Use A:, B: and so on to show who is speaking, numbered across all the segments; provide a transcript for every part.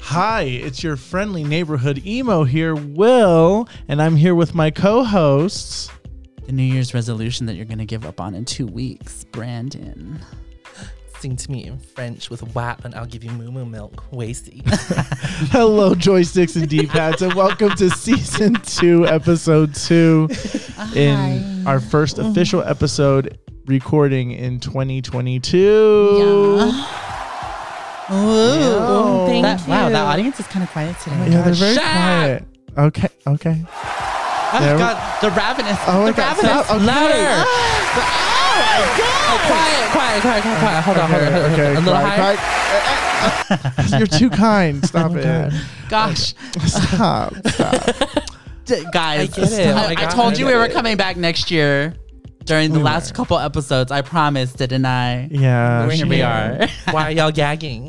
A: Hi, it's your friendly neighborhood emo here, Will, and I'm here with my co-hosts.
B: The New Year's resolution that you're going to give up on in two weeks, Brandon.
C: Sing to me in French with WAP and I'll give you moo moo milk. Wasty.
A: Hello, joysticks and D-pads, and welcome to season two, episode two, in our first official episode recording in 2022.
B: Ooh,
A: Thank
B: that, Wow,
C: you.
B: that audience is kind of quiet today.
A: Yeah, they're very
C: Shut up.
A: quiet. Okay, okay.
B: Oh
A: There
B: my
A: we-
B: god, the ravenous.
A: Oh my
B: the
A: God,
B: ravenous.
A: stop. Okay.
B: lover.
C: oh, quiet, quiet, quiet, quiet, quiet. Hold on, hold on, hold on. hold on.
A: Okay,
C: A little higher. Oh
A: quiet, quiet. You're too kind. Stop it.
B: Gosh,
A: Stop. Stop.
B: D- guys,
C: I get it.
B: I,
C: Oh my
B: I
C: God,
B: told
C: I
B: you
C: get
B: we were
C: it.
B: coming back next year during the
A: We
B: last
A: were.
B: couple episodes. I promised, didn't I?
A: Yeah.
B: Here we are.
C: Why are y'all gagging?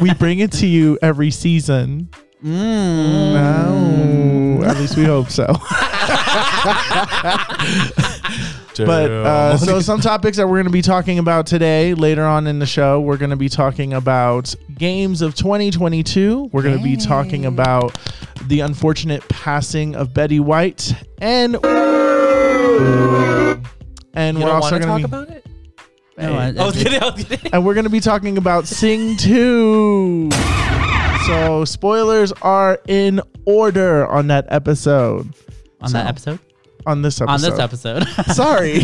A: we bring it to you every season.
B: Mm.
A: Oh, at least we hope so. but uh, so some topics that we're going to be talking about today later on in the show we're going to be talking about games of 2022 we're going to be talking about the unfortunate passing of betty white and and
C: You
A: we're
C: don't
A: also
C: want to
A: going
C: talk
A: to be
C: about it?
B: No, I-
C: I was kidding, Oh, I was kidding.
A: and we're going to be talking about Sing 2. So, spoilers are in order on that episode.
B: on that
A: So,
B: episode?
A: On this episode.
B: On this episode.
A: Sorry.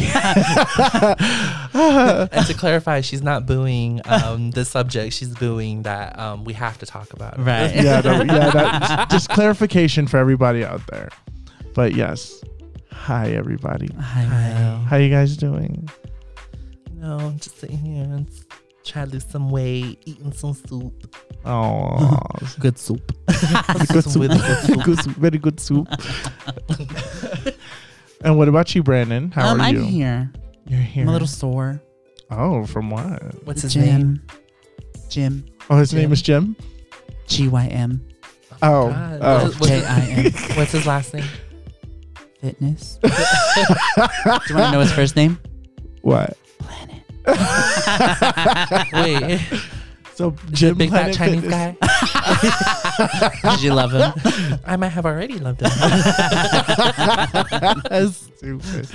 C: And to clarify, she's not booing um, the subject. She's booing that um, we have to talk about it.
B: right.
A: yeah, no, yeah that, just clarification for everybody out there. But yes. Hi, everybody.
B: Hi.
A: How you guys doing?
C: No, I'm just sitting here and s- trying to lose some weight, eating some soup.
A: Oh,
B: Good soup.
A: good soup. good, soup, very good soup. and what about you, Brandon? How
B: um,
A: are you?
B: I'm here.
A: You're here.
B: I'm a little sore.
A: oh, from what?
C: What's his name?
B: Jim. Jim.
A: Oh, his name
C: Jim.
A: is Jim.
B: G Y M.
A: Oh,
C: God.
A: oh.
C: What's his- what's
B: J
C: his-
B: I M.
C: What's his last name?
B: Fitness. Do you want to know his first name?
A: What?
C: Wait,
A: So Jim
C: big fat
A: Planet
C: Chinese
A: Fitness-
C: guy.
B: Did you love him?
C: I might have already loved him.
A: That's stupid.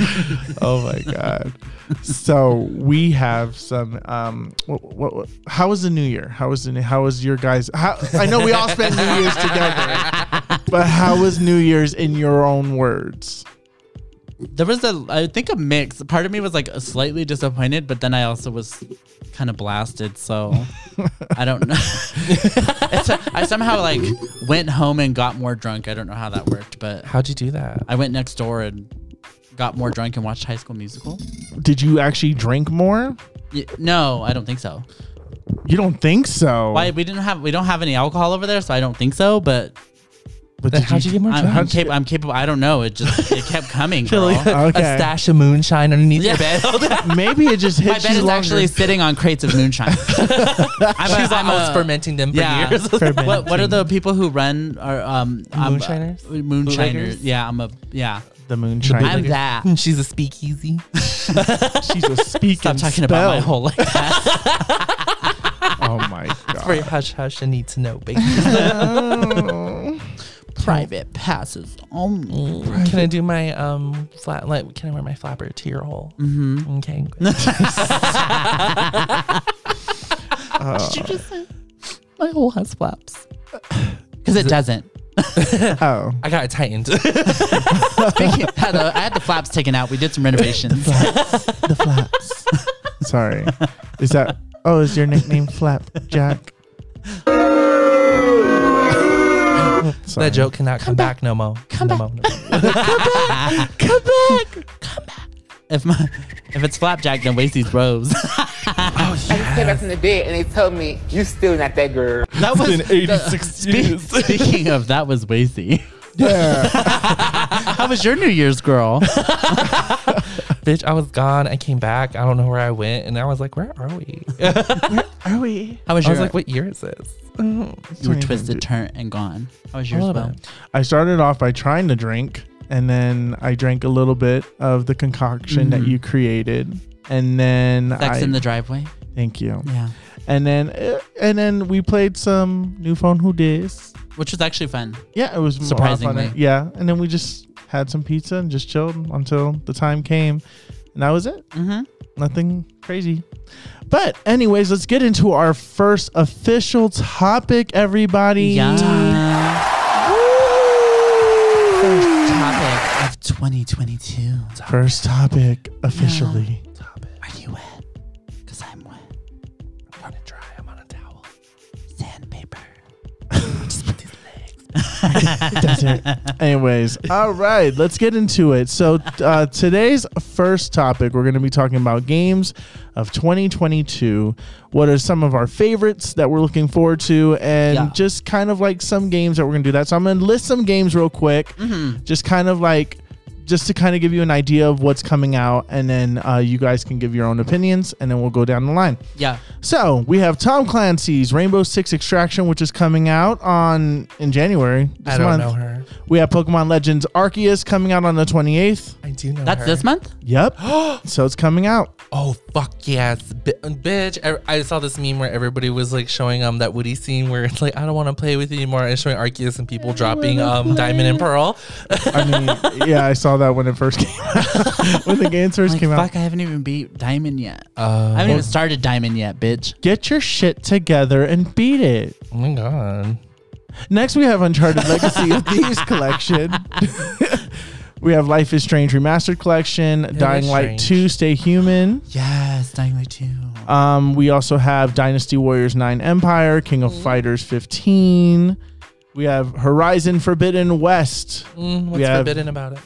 A: oh my god. So we have some. Um, what, what, what- How was the New Year? How was the? new- How was your guys? How, I know we all spent New Year's together, but how was New Year's in your own words?
B: There was a, I think a mix. Part of me was like slightly disappointed, but then I also was kind of blasted. So I don't know. It's a- I somehow like went home and got more drunk. I don't know how that worked, but
C: How'd you do that?
B: I went next door and got more drunk and watched High School Musical.
A: Did you actually drink more?
B: Y- No, I don't think so.
A: You don't think so?
B: Why we didn't have we don't have any alcohol over there, so I don't think so. But
A: But
C: Then
A: did
C: how'd you get more
B: I'm,
C: drunk?
B: I'm, cap- I'm capable. I don't know. It just it kept coming.
C: Really?
B: girl.
A: Okay.
C: A stash of moonshine underneath
B: Yeah.
C: your bed.
A: Maybe it just
B: My
A: hit
B: bed
A: you
B: is
A: longer.
B: actually sitting on crates of moonshine. I'm a-
C: She's like,
B: I'm
C: I was
B: a-
C: fermenting them for
B: Uh, yeah.
C: years.
B: What, what are the people who run are um I'm-
C: Moonshiners?
B: uh, moonshiners.
C: Bootleggers?
B: Yeah, I'm a yeah.
A: the moonshine.
B: I'm that.
C: She's a speakeasy.
A: She's a speaking
B: Stop talking about my whole life.
A: Oh my god.
C: For your hush hush and need to know, baby.
A: Oh.
B: Private passes only.
C: can I do my um flat? Like, can I wear my flapper to your hole? Mm-hmm. Okay.
B: Uh, My hole has flaps. Because it doesn't.
A: Oh.
C: I got it tightened.
B: Speaking- I, had the, I had the flaps taken out. We did some renovations.
A: the flaps. Sorry. Is that oh, is your nickname Flapjack? Sorry.
C: that joke cannot come, back. no more. Come no back. More, no more.
B: if my if it's flapjack, then Wasty's rose.
D: I just came back from the bed and they told me, you still not that girl.
B: That was
C: It's been 86 years.
B: Speaking of, that was Wasty.
A: Yeah.
B: How was your New Year's, girl?
C: Bitch, I was gone. I came back. I don't know where I went. And I was like, where are we?
A: Are we?
B: How was
C: I
B: your?
C: was like, what year is this?
B: you were twisted, turned, and gone. How was yours,
C: little
B: Will?
A: I started off by trying to drink, and then I drank a little bit of the concoction that you created, and then
B: Sex
A: I
B: in the driveway.
A: thank you,
B: Yeah.
A: and then it, and then we played some new phone who dis.
B: which was actually fun.
A: Yeah, it was a lot of
B: Surprisingly.
A: fun. Yeah, and then we just had some pizza and just chilled until the time came, and that was it.
B: Mhm.
A: Nothing crazy. But anyways, let's get into our first official topic, everybody.
B: Yeah.
A: Woo!
B: Topic of 2022.
A: First topic officially.
C: Stop it.
B: Are you wet? Because I'm wet.
C: I'm gonna dry. I'm on a towel.
B: Sandpaper.
C: Just put these legs.
A: That's it. Anyways, all right, let's get into it. So, uh, today's first topic, we're going to be talking about games of 2022. What are some of our favorites that we're looking forward to? And
B: Yeah.
A: just kind of like some games that we're going to do that. So, I'm going to list some games real quick,
C: Hmm.
A: just kind of like. Just to kind of give you an idea of what's coming out, and then uh, you guys can give your own opinions, and then we'll go down the line.
B: Yeah.
A: So we have Tom Clancy's Rainbow Six Extraction, which is coming out on in January. This
C: I don't
A: month.
C: know her.
A: We have Pokemon Legends Arceus coming out on the 28th.
C: I do know
B: That's
C: her.
B: this month?
A: Yep. so it's coming out.
C: Oh fuck yes, bi- bitch! I, I saw this meme where everybody was like showing um that Woody scene where it's like I don't want to play with you anymore, and showing Arceus and people dropping um diamond and pearl.
A: I mean, yeah, I saw that when it first came out. when the games first
B: Like,
A: came
B: fuck,
A: out.
B: I haven't even beat Diamond yet.
C: Uh,
B: I haven't even started Diamond yet, bitch.
A: Get your shit together and beat it.
C: Oh my god!
A: Next, we have Uncharted Legacy of Thieves Collection. we have Life is Strange Remastered Collection, Dying Light
C: Strange.
A: 2, Stay Human.
B: Yes, Dying Light 2.
A: Um, we also have Dynasty Warriors 9 Empire, King of Fighters 15. We have Horizon Forbidden West.
C: Mm, what's
A: We have-
C: forbidden about it?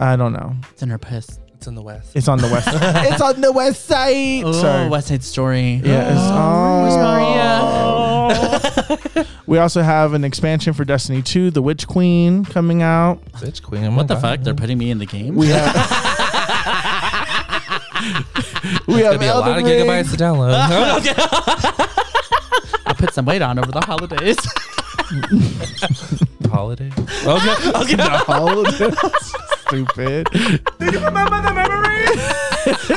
A: I don't know.
B: It's in her piss.
C: It's in the west.
A: It's on the west. it's on the west side.
B: Oh,
A: Sorry.
B: West Side Story.
A: Yeah, it's-
B: Maria.
A: we also have an expansion for Destiny 2, The Witch Queen, coming out.
C: bitch queen. oh my
B: What the
C: God.
B: fuck? They're putting me in the game?
A: We have. we have
C: Gonna be a lot
A: Elden
C: of
A: Ring.
C: gigabytes to download.
B: I put some weight on over the holidays.
C: Holiday. Oh, Okay.
A: All of it. Oh, Stupid.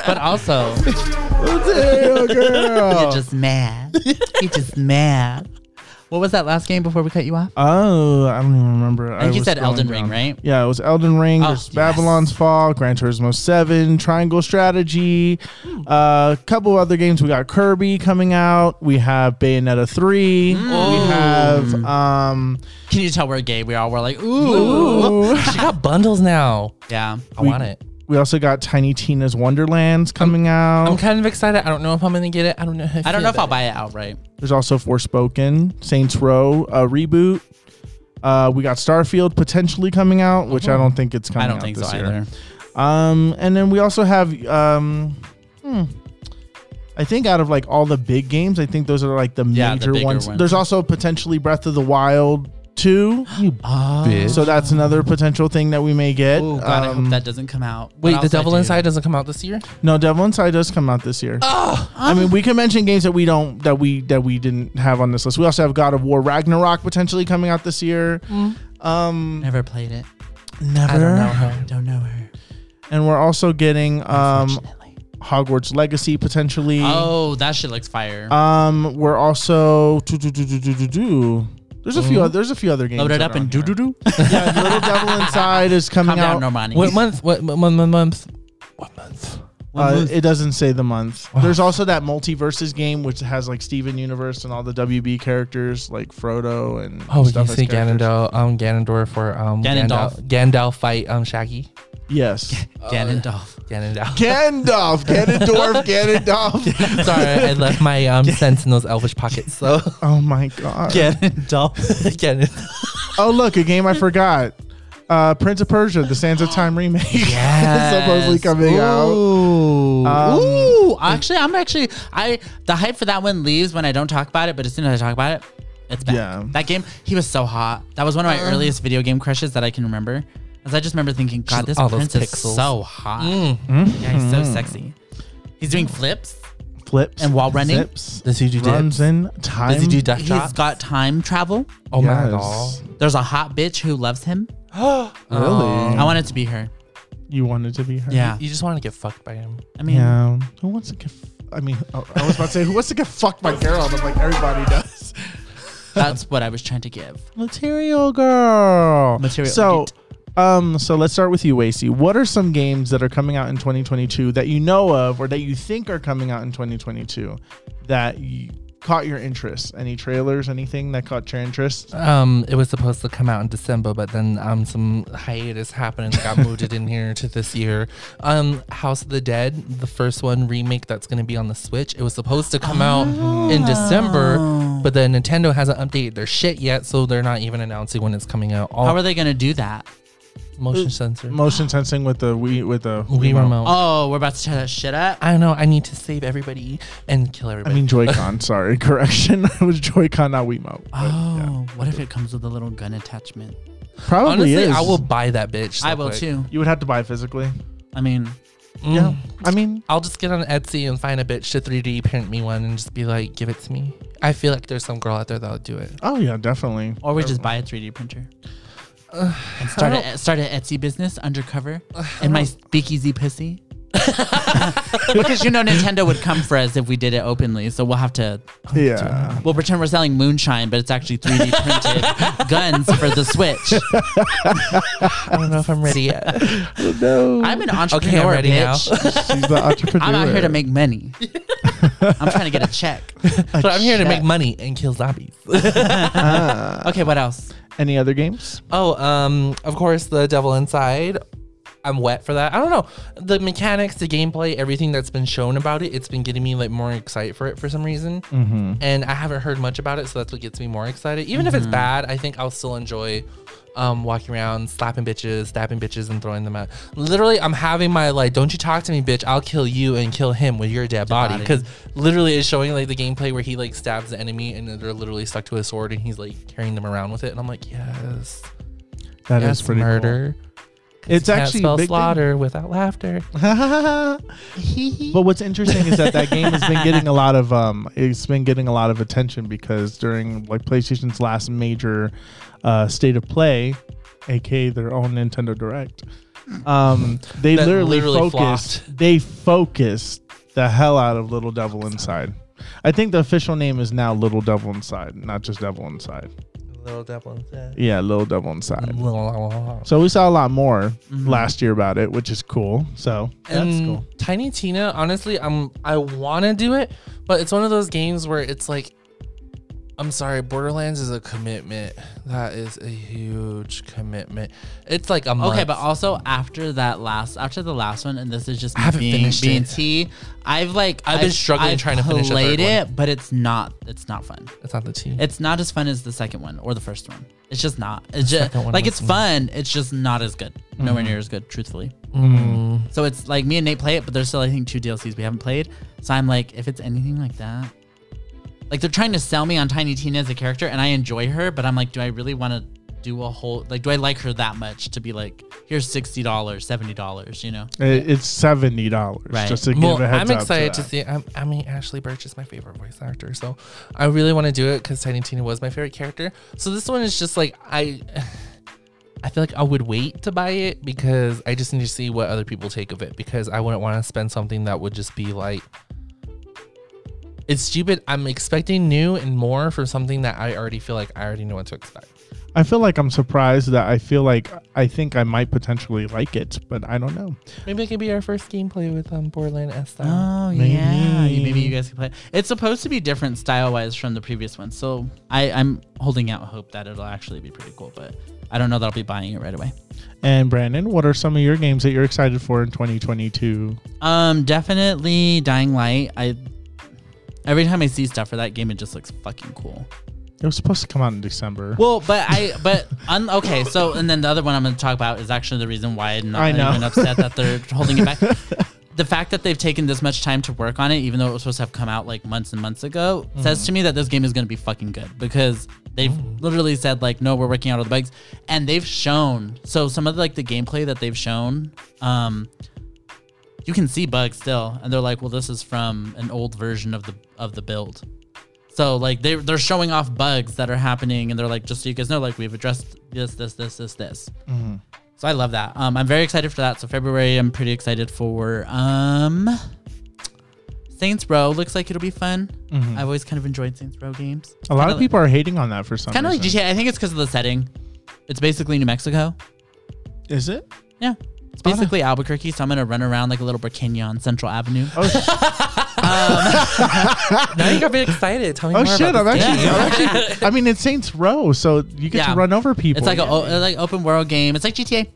B: but also,
A: Oh, Damn, girl.
B: you're just mad. You're just mad. What was that last game before we cut you off?
A: Oh, I don't even remember.
B: think you
A: was
B: said
A: scrolling
B: Elden Ring, right?
A: Yeah, it was Elden Ring.
B: Oh,
A: there's
B: yes.
A: Babylon's Fall, Gran Turismo Seven, Triangle Strategy,
B: Hmm.
A: a couple other games. We got Kirby coming out. We have Bayonetta Three.
B: Hmm.
A: We have um,
B: Can you tell we're gay? We all were like, ooh.
C: Oh, she got bundles now.
B: Yeah.
C: I
A: We-
C: want it.
A: we also got Tiny Tina's Wonderlands coming out.
C: I'm kind of excited. I don't know if I'm gonna get it. I don't know. How
B: I don't know if I'll buy it outright.
A: There's also Forspoken, Saints Row, a reboot. Uh, we got Starfield potentially coming out, which I don't think it's coming
B: Mm-hmm. I
A: out.
B: don't think so
A: this year.
B: either.
A: Um, and then we also have um, hmm, I think out of like all the big games, I think those are like the
B: Yeah, the
A: major
B: bigger
A: ones.
B: ones.
A: There's also potentially Breath of the Wild two,
B: Oh.
A: so that's another potential thing that we may get.
B: Ooh, God, I
A: Um,
B: hope that doesn't come out. What
C: Wait,
B: else
C: the
B: I
C: Devil
B: do?
C: Inside doesn't come out this year.
A: no, Devil Inside does come out this year. I mean, we can mention games that we don't that we that we didn't have on this list. We also have God of War Ragnarok potentially coming out this year.
B: Mm.
A: Um,
B: Never played it.
A: never.
C: I don't know her.
B: Don't know her.
A: And we're also getting um,
B: unfortunately.
A: Hogwarts Legacy potentially.
B: Oh, that shit looks fire.
A: Um, we're also do, do, do, do, do, do, do. There's a few. oth- There's a few other games.
B: Mm-hmm. Load it
A: that
B: up
A: are on
B: and do
A: here.
B: do do.
A: Yeah, Little Devil Inside is coming
B: Calm down,
A: out.
B: Normani.
C: What month? What month? What month? What month?
A: uh, it doesn't say the month. There's also that multiverses game which has like Steven Universe and all the WB characters like Frodo and
C: Oh, you
A: stuff as
C: see
A: characters.
C: Ganondorf, um, Ganondorf for um,
B: Ganondorf.
C: Gandalf, Gandalf fight um, Shaggy.
A: Yes,
B: Ganondorf.
C: Ganondorf.
A: Gandalf, Ganondorf, Ganondorf.
C: Sorry, I left my um sense in those elvish pockets. So
A: Oh my god.
B: Ganondorf.
C: Ganondorf.
A: Oh look, a game I forgot. Uh, Prince of Persia: The Sands of Time remake is supposedly coming out.
B: Ooh.
A: Um,
B: Ooh. Actually, I'm actually I the hype for that one leaves when I don't talk about it, but as soon as I talk about it, it's back.
A: Yeah.
B: That game, he was so hot. That was one of my earliest video game crushes that I can remember. As I just remember thinking, God, this
C: all those
B: prince is
C: pixels.
B: so hot. Yeah, he's so sexy. He's doing flips.
A: Flips
B: And while running?
A: zips,
C: Does he do
A: runs
C: dips?
A: in time.
C: Does he do death
B: He's
C: drops?
B: got time travel.
C: oh my
A: Yes.
C: god.
B: There's a hot bitch who loves him.
A: Really?
B: I want it to be her.
A: you wanted to be her.
B: Yeah.
C: Uh, You just want to get fucked by him.
B: I mean,
A: Yeah. Who wants to get? f- I mean, I I was about to say, who wants to get fucked by Carol? And I'm like, everybody does.
B: That's what I was trying to give.
A: Material girl.
B: Material
A: So, um, so let's start with you, Wacy. What are some games that are coming out in 2022 that you know of, or that you think are coming out in 2022 that you caught your interest? Any trailers? Anything that caught your interest?
C: Um, it was supposed to come out in December, but then um, some hiatus happened and got moved it in here to this year. Um, House of the Dead, the first one remake that's going to be on the Switch. It was supposed to come out in December,
A: Ah.
C: but then Nintendo hasn't updated their shit yet, so they're not even announcing when it's coming out. All
B: How are they gonna do that?
C: motion sensor,
A: Motion sensing with the Wii with the
C: Wii remote.
B: Oh, we're about to tear that shit up.
C: I don't know. I need to save everybody and kill
A: I
C: everybody.
A: mean Joy-Con. sorry, correction. it was Joy-Con, not Wiimote. but
C: Uh,
A: yeah.
B: Oh, what if it comes with a little gun attachment?
A: probably
C: Honestly,
A: is.
C: I will buy that bitch. so
B: I will
C: quick.
B: too.
A: You would have to buy it physically.
B: I mean,
C: Mm.
A: Yeah. I mean,
C: I'll just get on Etsy and find a bitch to 3D print me one and just be like, give it to me. I feel like there's some girl out there that'll do it.
A: oh yeah, definitely.
B: or we just buy a 3D printer and start a, start an Etsy business undercover in my speakeasy pussy. because you know Nintendo would come for us if we did it openly, so we'll have to
A: Yeah.
B: we'll pretend we're selling moonshine, but it's actually 3D printed guns for the Switch.
C: I don't know if I'm ready yet.
B: I'm an entrepreneur,
C: ready now.
B: bitch.
A: uh, She's the entrepreneur.
B: I'm out here to make money. I'm trying to get a check.
C: but I'm here to make
B: Shit.
C: money and kill zombies.
B: Okay, what else?
A: any other games.
C: oh, um, of course, the devil inside. I'm wet for that. I don't know. The mechanics, the gameplay, everything that's been shown about it, it's been getting me like more excited for it for some reason. And I haven't heard much about it, so that's what gets me more excited. Even if it's bad, I think I'll still enjoy um walking around slapping bitches, stabbing bitches and throwing them out. Literally, I'm having my like, don't you talk to me, bitch. I'll kill you and kill him with your dead body.
B: body.
C: Because literally it's showing like the gameplay where he like stabs the enemy and they're literally stuck to his sword and he's like carrying them around with it. And I'm like, yes.
A: That is
C: That's
A: pretty cool.
C: murder.
A: It's
C: Can't
A: actually
C: spell
A: big thing.
C: slaughter without laughter.
A: but what's interesting is that that game has been getting a lot of um, it's been getting a lot of attention because during like PlayStation's last major uh, state of play, aka their own Nintendo Direct, um, they
C: That
A: literally,
C: literally
A: focused.
C: flopped.
A: They focused the hell out of Little Devil Inside. I think the official name is now Little Devil Inside, not just Devil Inside.
C: Little devil inside.
A: Yeah, Little Devil Inside.
C: Mm. And
A: So we saw a lot more
C: Mm-hmm.
A: last year about it, which is cool. So that's cool.
C: Tiny Tina, honestly, I'm I want to do it, but it's one of those games where it's like, I'm sorry, Borderlands is a commitment. That is a huge commitment. It's like a month.
B: Okay, but also after that last, after the last one, and this is just me
C: haven't
B: being
C: finished
B: being
C: it.
B: tea. I've like
C: I've been struggling trying to finish the
B: played
C: third
B: it, but it's not. It's not fun.
C: it's not the team.
B: It's not as fun as the second one or the first one. It's just not. It's just
C: second one
B: like
C: was- Mm-hmm.
B: it's fun. It's just not as good. Nowhere near as good, truthfully. So it's like me and Nate play it, but there's still I think two DLCs we haven't played. So I'm like, if it's anything like that, like they're trying to sell me on Tiny Tina as a character, and I enjoy her, but I'm like, do I really want to do a whole like? Do I like her that much to be like, here's sixty dollars, seventy dollars, you know?
A: It, it's seventy dollars.
B: Right.
A: Just to
C: well,
A: give a heads
C: I'm
A: up
C: excited
A: to,
C: to,
A: that.
C: see. I'm, I mean, Ashley Birch is my favorite voice actor, so I really want to do it because Tiny Tina was my favorite character. So this one is just like I, I feel like I would wait to buy it because I just need to see what other people take of it because I wouldn't want to spend something that would just be like. It's stupid. I'm expecting new and more from something that I already feel like I already know what to expect.
A: I feel like I'm surprised that I feel like I think I might potentially like it, but I don't know.
C: Maybe it could be our first gameplay with um, Borderland S style.
B: Oh
A: Maybe.
B: yeah, You- maybe you guys can play. It's supposed to be different style wise from the previous one, so I, I'm holding out hope that it'll actually be pretty cool. But I don't know that I'll be buying it right away.
A: And Brandon, what are some of your games that you're excited for in 2022?
B: Um, definitely Dying Light. I every time I see stuff for that game, it just looks fucking cool.
A: It was supposed to come out in December.
B: Well, but I but un, okay. So and then the other one I'm going to talk about is actually the reason why I'm not
A: I know.
B: even upset that they're holding it back. The fact that they've taken this much time to work on it, even though it was supposed to have come out like months and months ago,
A: Mm-hmm.
B: says to me that this game is going to be fucking good because they've literally said like, no, we're working out all the bugs, and they've shown. So some of like the gameplay that they've shown, um, you can see bugs still, and they're like, well, this is from an old version of the of the build. So like they they're showing off bugs that are happening, and they're like, just so you guys know, like we've addressed this, this, this, this, this.
A: Mm-hmm.
B: So I love that. Um, I'm very excited for that. So February, I'm pretty excited for. Um, Saints Row looks like it'll be fun.
A: Mm-hmm.
B: I've always kind of enjoyed Saints Row games.
A: A lot of people are hating on that for some
B: kind of like
A: reason.
B: GTA. I think it's because of the setting. It's basically New Mexico.
A: Is it?
B: Yeah. It's basically Albuquerque, so I'm gonna run around like a little Burkina on Central Avenue.
A: Oh, sh-
C: Now you got me excited. Tell me
A: oh
C: more
A: shit!
C: about
A: I'm
C: this
A: actually,
B: game.
A: I'm actually. I mean, it's Saints Row, so you get
B: Yeah.
A: to run over people.
B: It's like a o- uh, like open world game. It's like GTA.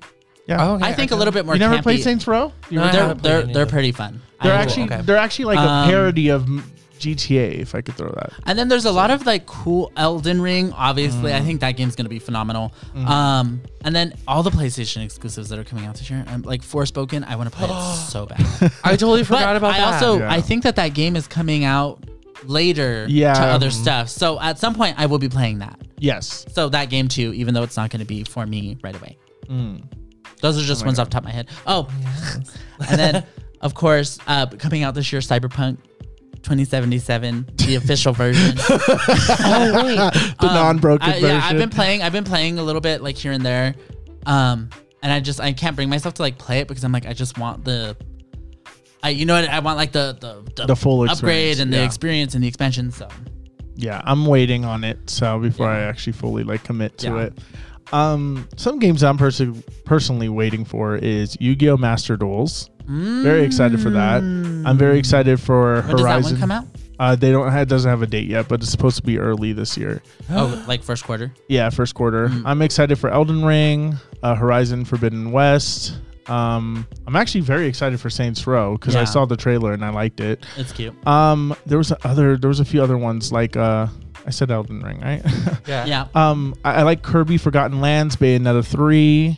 A: yeah.
C: Oh, okay.
B: I think a little bit more.
A: you never
B: campy.
A: played Saints Row? You
C: No,
A: were-
C: I
B: They're
C: haven't played
B: they're,
C: any of
B: they're
C: them.
B: pretty fun.
A: they're
B: I-
A: actually
C: okay.
A: they're actually like
B: Um,
A: a parody of m- GTA, if I could throw that.
B: And then there's a lot of like cool Elden Ring. Obviously,
C: Mm.
B: I think that game's gonna be phenomenal.
C: Mm-hmm.
B: Um, and then all the PlayStation exclusives that are coming out this year, um, like Forspoken, I want to play it so bad.
C: I totally
B: But
C: forgot about
B: I
C: that.
B: also
A: Yeah.
B: I think that that game is coming out later
A: Yeah.
B: to other
C: mm-hmm.
B: stuff. So at some point, I will be playing that.
A: Yes.
B: So that game too, even though it's not going to be for me right away.
C: Mm.
B: Those are just ones off the top of my head. Oh, and then of course, uh, coming out this year, Cyberpunk 2077, the official version.
C: oh wait,
A: The non-broken
B: Um, I- Yeah, I've
A: version.
B: been playing. I've been playing a little bit like here and there, um, and I just I can't bring myself to like play it because I'm like I just want the. I, you know what I want like the the,
A: The full
B: upgrade
A: experience,
B: and the
A: yeah.
B: experience and the expansion so
A: Yeah, I'm waiting on it so before I actually fully like commit to
B: Yeah.
A: it. Um, some games I'm pers- personally waiting for is Yu-Gi-Oh Master Duels. Very excited for that. I'm very excited for
B: Mm. when
A: Horizon.
B: does that one come out
A: Uh, they don't it doesn't have a date yet, but it's supposed to be early this year.
B: oh like first quarter
A: Yeah, first quarter.
B: Mm.
A: I'm excited for Elden Ring, uh, Horizon Forbidden West. Um, I'm actually very excited for Saints Row because I
B: Yeah.
A: saw the trailer and I liked it.
B: it's cute
A: Um, there was a other, there was a few other ones like uh, I said, Elden Ring, right?
C: yeah.
B: yeah
A: um, I, I like Kirby Forgotten Lands, Bayonetta three.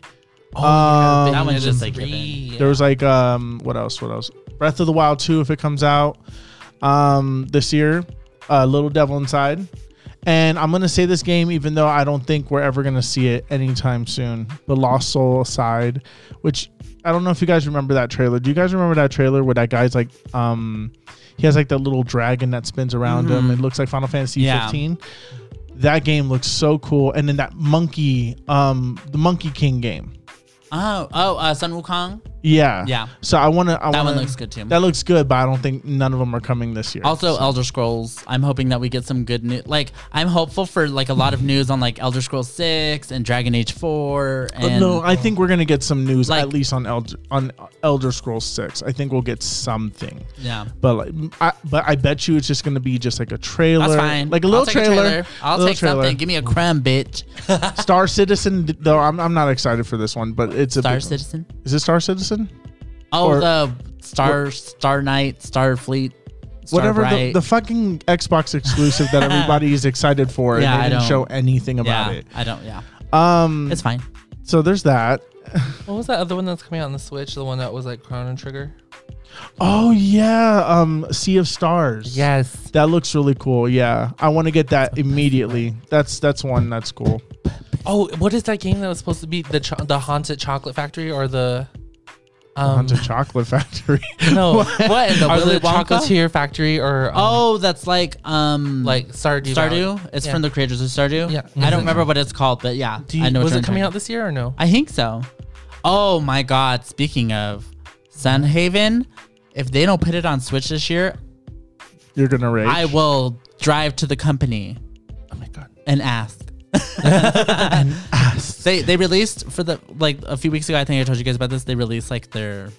C: Oh,
A: Um,
B: That one's just, like,
A: There was like um, what else? What else? Breath of the Wild two if it comes out um this year, uh, Little Devil Inside. And I'm gonna say this game, even though I don't think we're ever gonna see it anytime soon. The Lost Soul aside, which I don't know if you guys remember that trailer. Do you guys remember that trailer where that guy's like, um, he has like that little dragon that spins around him. It looks like Final Fantasy
B: Yeah.
A: 15. That game looks so cool. And then that monkey, um, the Monkey King game.
B: oh oh uh, Sun Wukong
A: Yeah.
B: Yeah.
A: So I want to. I
B: That one
A: wanna-
B: looks good, too.
A: That looks good, but I don't think none of them are coming this year.
B: Also, Elder Scrolls. I'm hoping that we get some good news. Like, I'm hopeful for like a lot of news on like Elder Scrolls Six and Dragon Age Four.
A: But
B: And
A: Uh, no, I think we're gonna get some news
B: Like-
A: at least on Elder on Elder Scrolls Six. I think we'll get something.
B: yeah,
A: But like, I, but I bet you it's just gonna be just like a trailer,
B: that's fine.
A: like a
B: I'll
A: little
B: take
A: trailer.
B: I'll
A: little
B: take something. Give me a crumb, bitch.
A: Star Citizen, d- though I'm, I'm not excited for this one, but it's a
B: Star
A: big-
B: Citizen.
A: Is it Star Citizen?
B: Oh,
A: Or-
B: the Star Star Knight, Star Fleet, Star
A: Whatever the,
B: Bright.
A: the fucking Xbox exclusive that everybody is excited for, and
B: Yeah, I
A: they didn't
B: don't-
A: show anything about
B: yeah,
A: it.
B: I don't. Yeah,
A: Um,
B: it's fine.
A: so there's that.
C: What was that other one that's coming out on the Switch? The one that was like Chrono Trigger.
A: Oh yeah, um, Sea of Stars.
C: Yes.
A: that looks really cool. Yeah, I want to get that immediately. That's that's one that's cool.
C: Oh, what is that game that was supposed to be the cho- the haunted chocolate factory or the um
A: Onto Chocolate Factory.
C: no what, in the
B: Are they
C: Willy
B: Wonka?
C: Chocolatier factory or um,
B: Oh, that's like um
C: like Stardew Valley.
B: Stardew. It's
C: Yeah.
B: from the creators of Stardew.
C: Yeah.
B: I don't remember what it's called, but yeah,
C: Do you,
B: I know.
C: was
B: what
C: it coming
B: out?
C: out this year or no?
B: I think so. Oh my God! Speaking of Sunhaven, if they don't put it on Switch this year,
A: You're gonna rage.
B: I will drive to the company
C: oh my god.
B: and ask. They they released for the like a few weeks ago. I think I told you guys about this. They released like their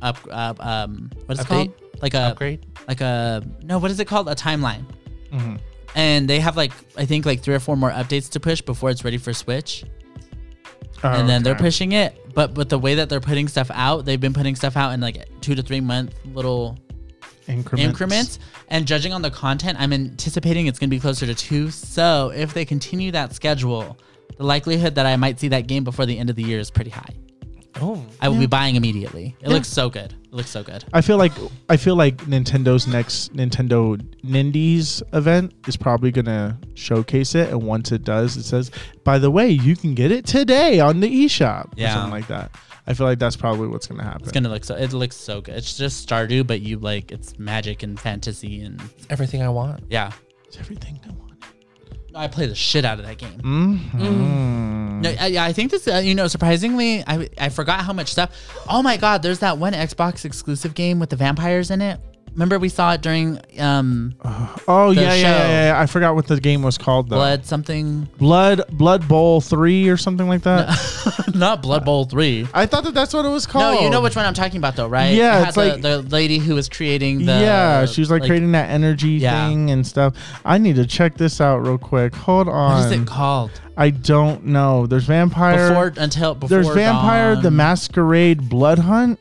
B: up uh, um what is it called like a
C: Upgrade?
B: like a no what is it called a timeline.
C: Mm-hmm.
B: And they have like I think like three or four more updates to push before it's ready for Switch.
A: Oh,
B: and then they're
A: okay.
B: pushing it. But but the way that they're putting stuff out, they've been putting stuff out in like two to three month little
A: increments.
B: increments. And judging on the content, I'm anticipating it's going to be closer to two. So if they continue that schedule, the likelihood that I might see that game before the end of the year is pretty high.
C: Oh.
B: I will be buying immediately. It looks so good. It looks so good.
A: I feel like I feel like Nintendo's next Nintendo Nindies event is probably gonna showcase it, and once it does, it says, "By the way, you can get it today on the eShop." Or
B: Yeah.
A: something like that. I feel like that's probably what's gonna happen.
B: It's gonna look so. It looks so good. It's just Stardew, but you like it's magic and fantasy and
C: Everything I want.
B: yeah.
A: It's everything I want.
B: I play the shit out of that game.
A: Mm-hmm.
B: No, I, I think this, uh, you know, surprisingly, I, I forgot how much stuff. Oh my God, there's that one Xbox exclusive game with the vampires in it. Remember we saw it during um,
A: Oh
B: The
A: yeah, yeah,
B: show.
A: yeah, yeah. I forgot what the game was called though.
B: Blood something,
A: Blood, Blood Bowl three or something like that.
B: not Blood Bowl three.
A: I thought that that's what it was called.
B: No, you know which one I'm talking about though, right?
A: Oh. Yeah,
B: It had
A: it's
B: the,
A: like-
B: the lady who was creating the
A: yeah, she was like, creating that energy
B: Yeah.
A: thing and stuff. I need to check this out real quick. Hold
B: What
A: on.
B: is it called?
A: I don't know. There's vampire.
B: Before until before
A: there's vampire
B: Dawn.
A: the masquerade blood hunt.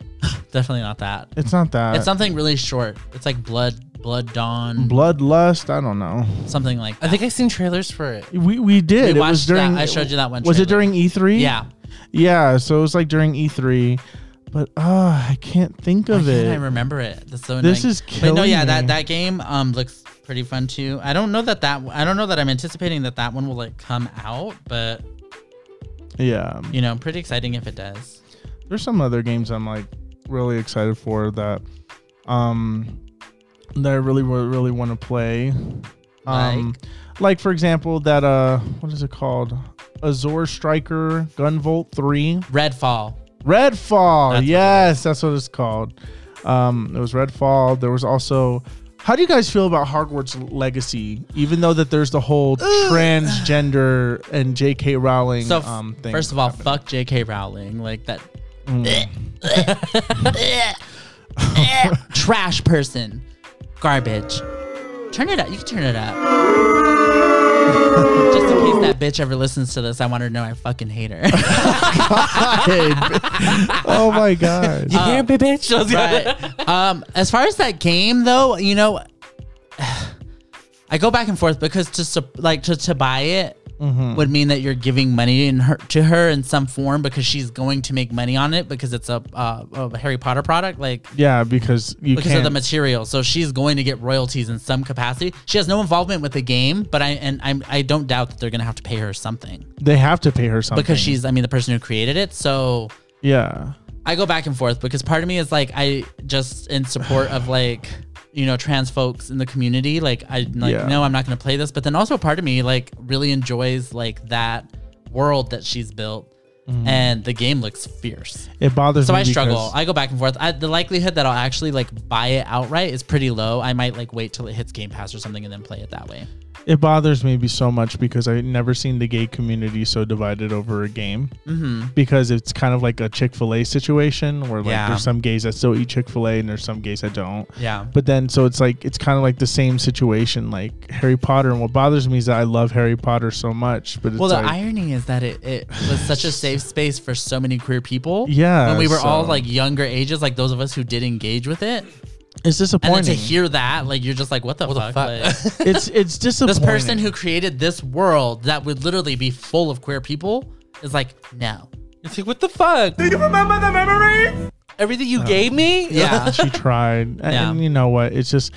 B: Definitely not that.
A: It's not that.
B: It's something really short. It's like Blood Blood Dawn,
A: bloodlust. I don't know.
B: something like that.
C: I think I've seen trailers for it.
A: We we did.
B: We
A: it was
B: watched that.
A: during.
B: I showed you that one
A: Was it
B: trailer.
A: during E3?
B: yeah.
A: Yeah. So it was like during E3, but uh, I can't think
B: Why
A: of
B: can't
A: it.
B: I remember it. That's so
A: This
B: annoying.
A: is
B: But no,
A: killing
B: yeah,
A: me.
B: that that game um looks pretty fun too. I don't know that that I don't know that I'm anticipating that that one will like come out, but
A: yeah.
B: you know, pretty exciting if it does.
A: There's some other games I'm like really excited for that, um, that I really really, really want to play. Um, like? for example that uh, what is it called? Azor Striker Gunvolt Three.
B: Redfall.
A: Redfall.
B: That's what it
A: yes, that's what it's called. Um, it was Redfall. There was also. How do you guys feel about Hogwarts Legacy? Even though that there's the whole transgender and J.K. Rowling
B: So f-
A: um, thing.
B: first of all, fuck J.K. Rowling, like that trash person, garbage. Turn it up. You can turn it up. Just in case that bitch ever listens to this, I want her to know I fucking hate her.
A: oh my god!
C: You hear me, bitch?
B: Uh, Right. um, as far as that game, though, you know, I go back and forth because to sup- like to, to buy it
A: Mm-hmm.
B: would mean that you're giving money in her to her in some form because she's going to make money on it because it's a uh, a Harry Potter product, like
A: yeah, because you
B: because
A: can't.
B: of the material. So she's going to get royalties in some capacity. She has no involvement with the game, but I and I'm, I don't doubt that they're going to have to pay her something
A: they have to pay her something
B: because she's I mean the person who created it. So
A: yeah.
B: I go back and forth because part of me is like I just in support of like you know trans folks in the community. Like I like
A: Yeah.
B: no, I'm not going to play this. But then also part of me like really enjoys like that world that she's built, and the game looks fierce.
A: It bothers
B: So
A: me.
B: I struggle.
A: Mm-hmm. because-
B: I go back and forth. I, the likelihood that I'll actually like buy it outright is pretty low. I might like wait till it hits Game Pass or something and then play it that way.
A: it bothers me be so much because I've never seen the gay community so divided over a game. Mm-hmm. Because it's kind of like a Chick Fil A situation where like
B: Yeah.
A: there's some gays that still eat Chick Fil A and there's some gays that don't.
B: Yeah.
A: But then so it's like it's kind of like the same situation like Harry Potter. And what bothers me is that I love Harry Potter so much, but it's
B: Well, the
A: like,
B: irony is that it, it was such a safe space for so many queer people.
A: Yeah,
B: When we were all
A: so-
B: like younger ages, like those of us who did engage with
A: it's
B: it. And then to
A: disappointing.
B: hear that, like, you're just like, what the fuck? Like,
A: it's it's
B: this
A: disappointing.
B: person who created this world that would literally be full of queer people is like, no.
C: It's like, what the fuck? Do you remember the memory? Everything you gave me?
B: Oh. Yeah.
A: she tried and,
B: Yeah.
A: and you know what it's just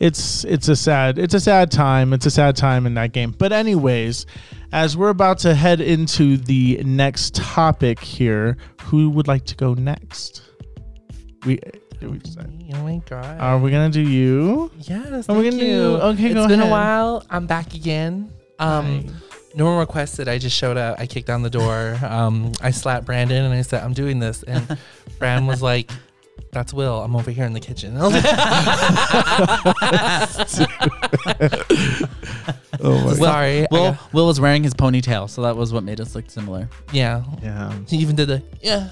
A: it's it's a sad it's a sad time it's a sad time in that game but anyways as we're about to head into the next topic here who would like to go next we, did we decide?
C: Oh my god.
A: are we gonna do you
C: Yes.
A: Are we
C: thank
A: gonna
C: you.
A: do- okay, go
C: It's been
A: ahead.
C: a while. I'm back again. Um, no one requested. I just showed up. I kicked down the door. Um, I slapped Brandon and I said, "I'm doing this." And Brandon was like, "That's Will. I'm over here in the kitchen." I was like,
A: oh my
C: Sorry. I
B: Will,
C: got-
B: Will was wearing his ponytail, so that was what made us look similar.
C: yeah.
A: yeah
C: He even did the yeah.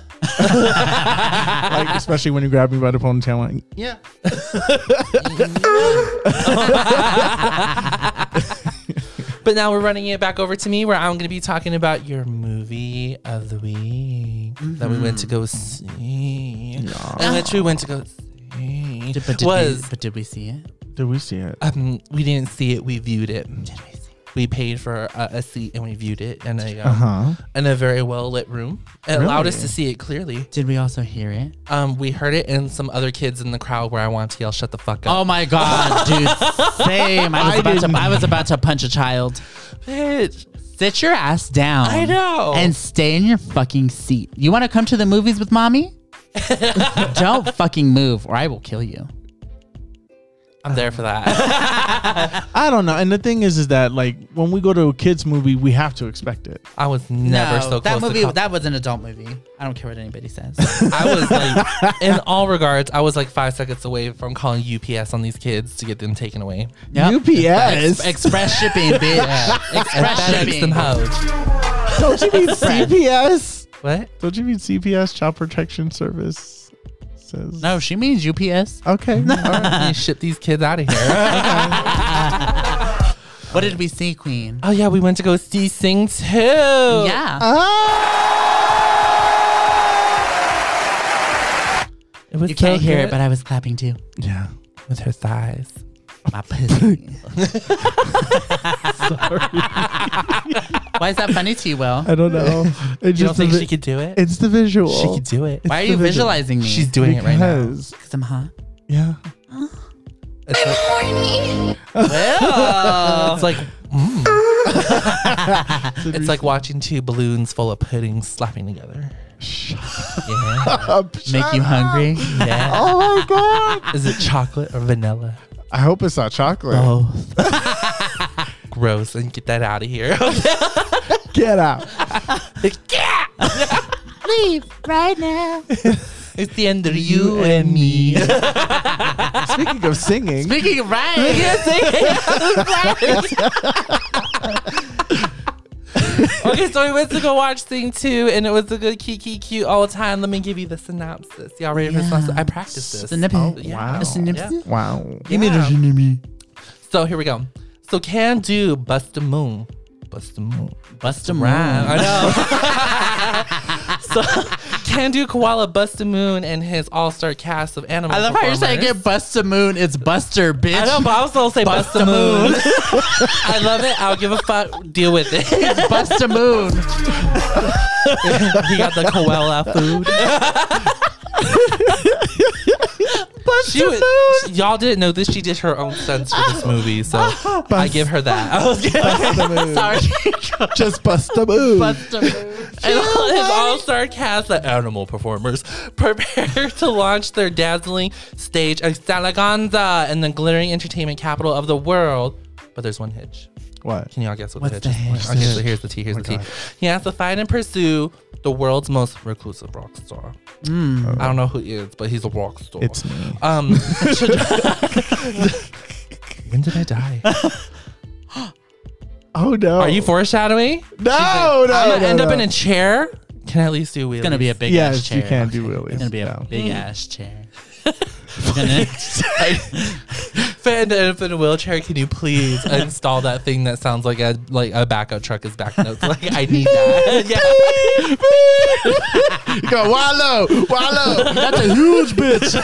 A: like especially when you grab me by the ponytail and
B: Yeah.
C: But now we're running it back over to me, where I'm gonna be talking about your movie of the week that we went to go see, and that you went to go see
B: But did, we,
C: was
B: but did we see it?
A: did we see it
C: um, we didn't see it. We viewed it.
B: Did we see it?
C: We paid for a, a seat and we viewed it in a um,
A: uh-huh
C: in a very well lit room. It allowed us
A: Really?
C: to see it clearly.
B: Did we also hear it?
C: Um, we heard it and some other kids in the crowd where I wanted to yell, "Shut the fuck up!"
B: Oh my god, dude! Same. I was
A: I
B: about
A: didn't-
B: to. I was about to punch a child.
C: bitch!
B: Sit your ass down.
C: I know.
B: And stay in your fucking seat. You want to come to the movies with mommy? Don't fucking move, or I will kill you.
C: I'm there for that.
A: I don't know. And the thing is, is that like when we go to a kids movie, we have to expect it.
C: I was never
B: No,
C: so close.
B: that
C: to
B: movie.
C: cop-
B: that was an adult movie. I don't care what anybody says.
C: I was like, in all regards, I was like five seconds away from calling UPS on these kids to get them taken away.
B: Yep.
A: UPS.
B: Ex- express shipping, bitch. Express
C: FedEx
B: shipping.
C: them hoes.
A: don't you mean CPS?
C: What?
A: Don't you mean CPS? Child Protection Service says.
B: No, she means UPS.
A: Okay. all right.
C: They ship these kids out of here.
B: What did we see, Queen?
C: oh yeah, we went to go see Sing Two.
B: yeah.
C: it was
B: you can't
C: so
B: hear it,
C: good
B: but I was clapping too.
A: yeah.
C: with her thighs.
B: My pussy. Why is that funny to you, Will?
A: I don't know. It
C: You
A: just
C: don't think
A: the vi-
C: she could do it?
A: It's the visual.
C: she could do it.
A: It's
B: Why are
A: the
B: you
A: visual.
B: visualizing me?
C: She's doing it right now.
A: Because-
B: because I'm hot.
A: Yeah.
C: It's like, it's like, mm. it's like watching two balloons full of pudding slapping together. Yeah.
A: Up,
B: Make
A: shut
B: you
A: up.
B: hungry?
C: yeah.
A: Oh my god.
C: Is it chocolate or vanilla?
A: I hope it's not chocolate.
C: Oh. Gross. And get that out of here.
A: Get out.
B: Leave right now.
C: it's the end of
B: you and me.
A: Speaking of singing,
B: Speaking of right.
C: okay, so we went to go watch Thing 2, and it was a good Kiki cute all the time. Let me give you the synopsis. Y'all ready for the synopsis? I practiced this.
B: Snippet.
A: Oh,
C: yeah.
A: wow.
B: Snippet.
A: wow.
C: Yeah.
B: enemy.
C: So here we go. So can do bust a moon. Bust a moon.
B: Bust a
C: Right. I
B: rhyme.
C: know. so can do koala bust a moon and his all-star cast of animal.
B: I love how you're
C: performers.
B: saying get bust a moon. It's Buster, bitch.
C: I know, but I also say bust, a moon. I love it. I'll give a fuck. Deal with it.
B: bust a moon.
C: he got the koala food. she was, she- y'all didn't know this. She did her own stunts for this movie, so I give her that. I was kidding.
B: Sorry.
A: Just bust a move.
B: bust a moon.
C: and all his all-star cast of animal performers prepare to launch their dazzling stage extravaganza in the glittering entertainment capital of the world. But there's one hitch.
A: what? Oh
C: Can y'all guess what
B: What's
C: the hitch
B: the
C: is?
B: hitch?
C: Okay, so here's the T. Here's
A: my
C: the T.
A: God.
C: He has to fight and pursue the world's most reclusive rock star. I don't know who he is, but he's a rock star.
A: Hmm. It's me.
C: um. when did I die?
A: Oh no.
C: Are you foreshadowing?
A: No, no.
C: I'm gonna
A: no,
C: end up
A: no.
C: in a chair. Can I at least do wheelies?
B: It's gonna be a big ass
A: Yes,
B: chair.
A: you can do
B: It's
A: wheelies.
B: gonna be a
A: No.
B: big ass chair. You're gonna-
C: fit an infant in a wheelchair. Can you please install that thing that sounds like a like a backup truck is back notes? Like I need that. yeah.
A: You go wallow, wallow. That's a huge bitch.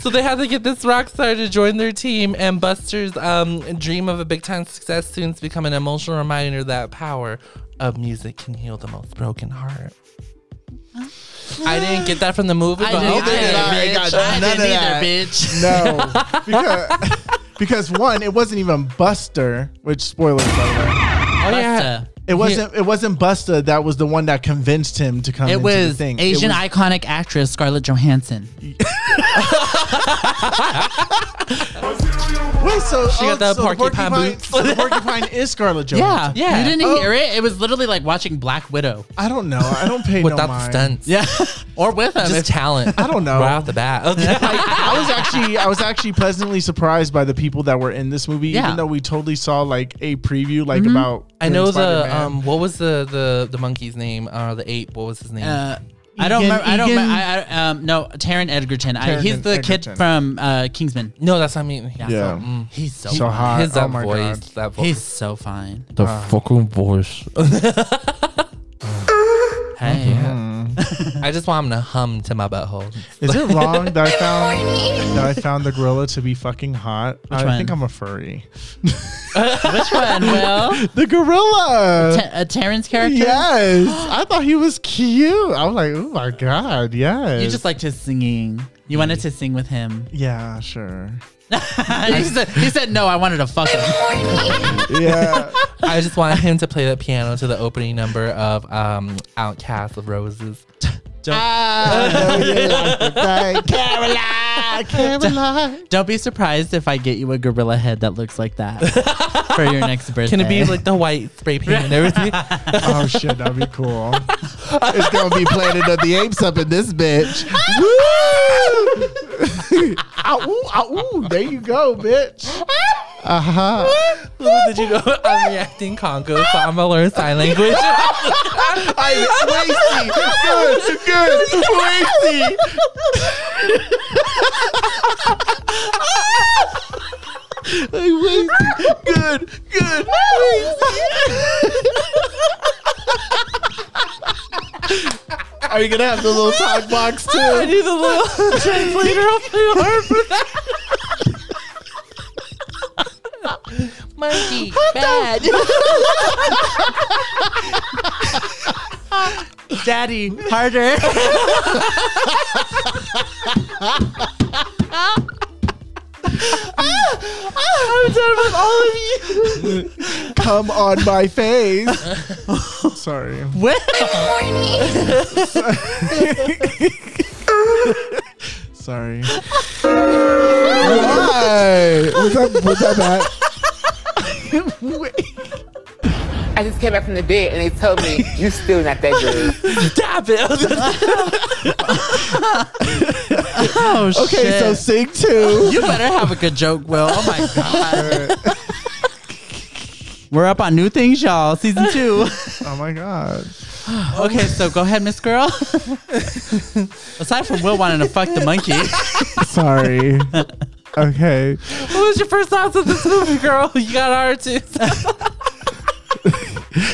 C: So they had to get this rock star to join their team, and Buster's um, dream of a big time success soon to become an emotional reminder that power of music can heal the most broken heart. I didn't get that from the movie, but
B: didn't
C: okay,
B: either. I
A: got
C: bitch.
A: none
B: I
A: of
B: didn't
A: that.
B: either, bitch.
A: No, because, because one, it wasn't even Buster. Which spoilers, by the way.
C: Oh, yeah.
B: Busta.
A: It wasn't. It wasn't Buster. That was the one that convinced him to come.
B: It
A: into the
B: was
A: thing.
B: Asian
A: It was-
B: iconic actress Scarlett Johansson.
A: Wait, so
C: She got
A: oh,
C: the
A: so
C: porcupine boots.
A: so the porcupine is Scarlett
B: Yeah,
A: Johansson.
C: Yeah.
B: You didn't
A: Oh.
B: hear it? It was literally like watching Black Widow.
A: I don't know. I don't pay no
C: Without the
A: mind.
C: stunts.
B: Yeah, or with him.
C: Just
B: If-
C: talent.
A: I don't know.
C: Right off the bat.
A: Like, I was actually I was actually pleasantly surprised by the people that were in this movie,
B: Yeah.
A: even though we totally saw like a preview, like about
C: Mm-hmm. I know the
A: Spider-Man.
C: um, what was the the the monkey's name? Uh, the ape. What was his name?
B: uh, I don't
A: Egan-
B: remember. I don't.
A: Egan-
B: remember. I, I, um, no, Taron Egerton. I,
A: Taron
B: he's the
A: Egerton.
B: kid from uh, Kingsman.
C: no, that's not me. Mm.
A: Yeah.
B: He's so
A: So
B: fine.
A: hot.
C: His
A: oh
C: that
A: my
C: voice.
A: god.
C: That voice.
B: He's so fine.
C: the fucking voice.
B: Hey,
C: I just want him to hum to my butthole.
A: Is it wrong that I found that I found the gorilla to be fucking hot? I
B: one?
A: think I'm a furry.
B: which one? Will
A: The gorilla.
B: Ta- uh, Taron's character?
A: Yes, I thought he was cute. I was like, oh my god, yes.
B: You just liked his singing. You wanted to sing with him.
A: yeah, sure,
B: he, said, he said no. I wanted to fuck him.
A: yeah.
C: I just want him to play the piano to the opening number of um, Outcast of Roses.
B: Don't,
A: Uh, I know you like to thank Caroline, Caroline.
B: don't be surprised if I get you a gorilla head that looks like that for your next birthday.
C: Can it be like the white spray paint and everything?
A: Oh shit, that'd be cool. it's gonna be Planet of the Apes up in this bitch. Woo! ow, ow, there you go, bitch. Uh huh.
C: Little did you know I'm reacting Congo, so I'm gonna learn sign language.
A: I wasty. Good, good. Wasty. I wasty. Good, good. Wasty. Are you gonna have the little talk box
C: I
A: too?
C: need the little translator off my arm for that. Monkey, bad.
B: Daddy harder?
C: I'm done with all of you.
A: Come on my face. Sorry.
B: What?
A: Sorry. Why? Was that, was that bad?
D: I just came back from the bed and they told me, you still not that girl.
C: Stop it.
B: Oh
A: Okay,
B: shit!
A: so sing two.
B: you better have a good joke, Will. Oh my god. We're up on new things, y'all. Season two.
A: Oh my god.
B: Okay, so go ahead, Miss Girl. Aside from Will wanting to fuck the monkey,
A: Sorry. Okay.
C: what was your first thoughts of this movie, girl? You got hard too.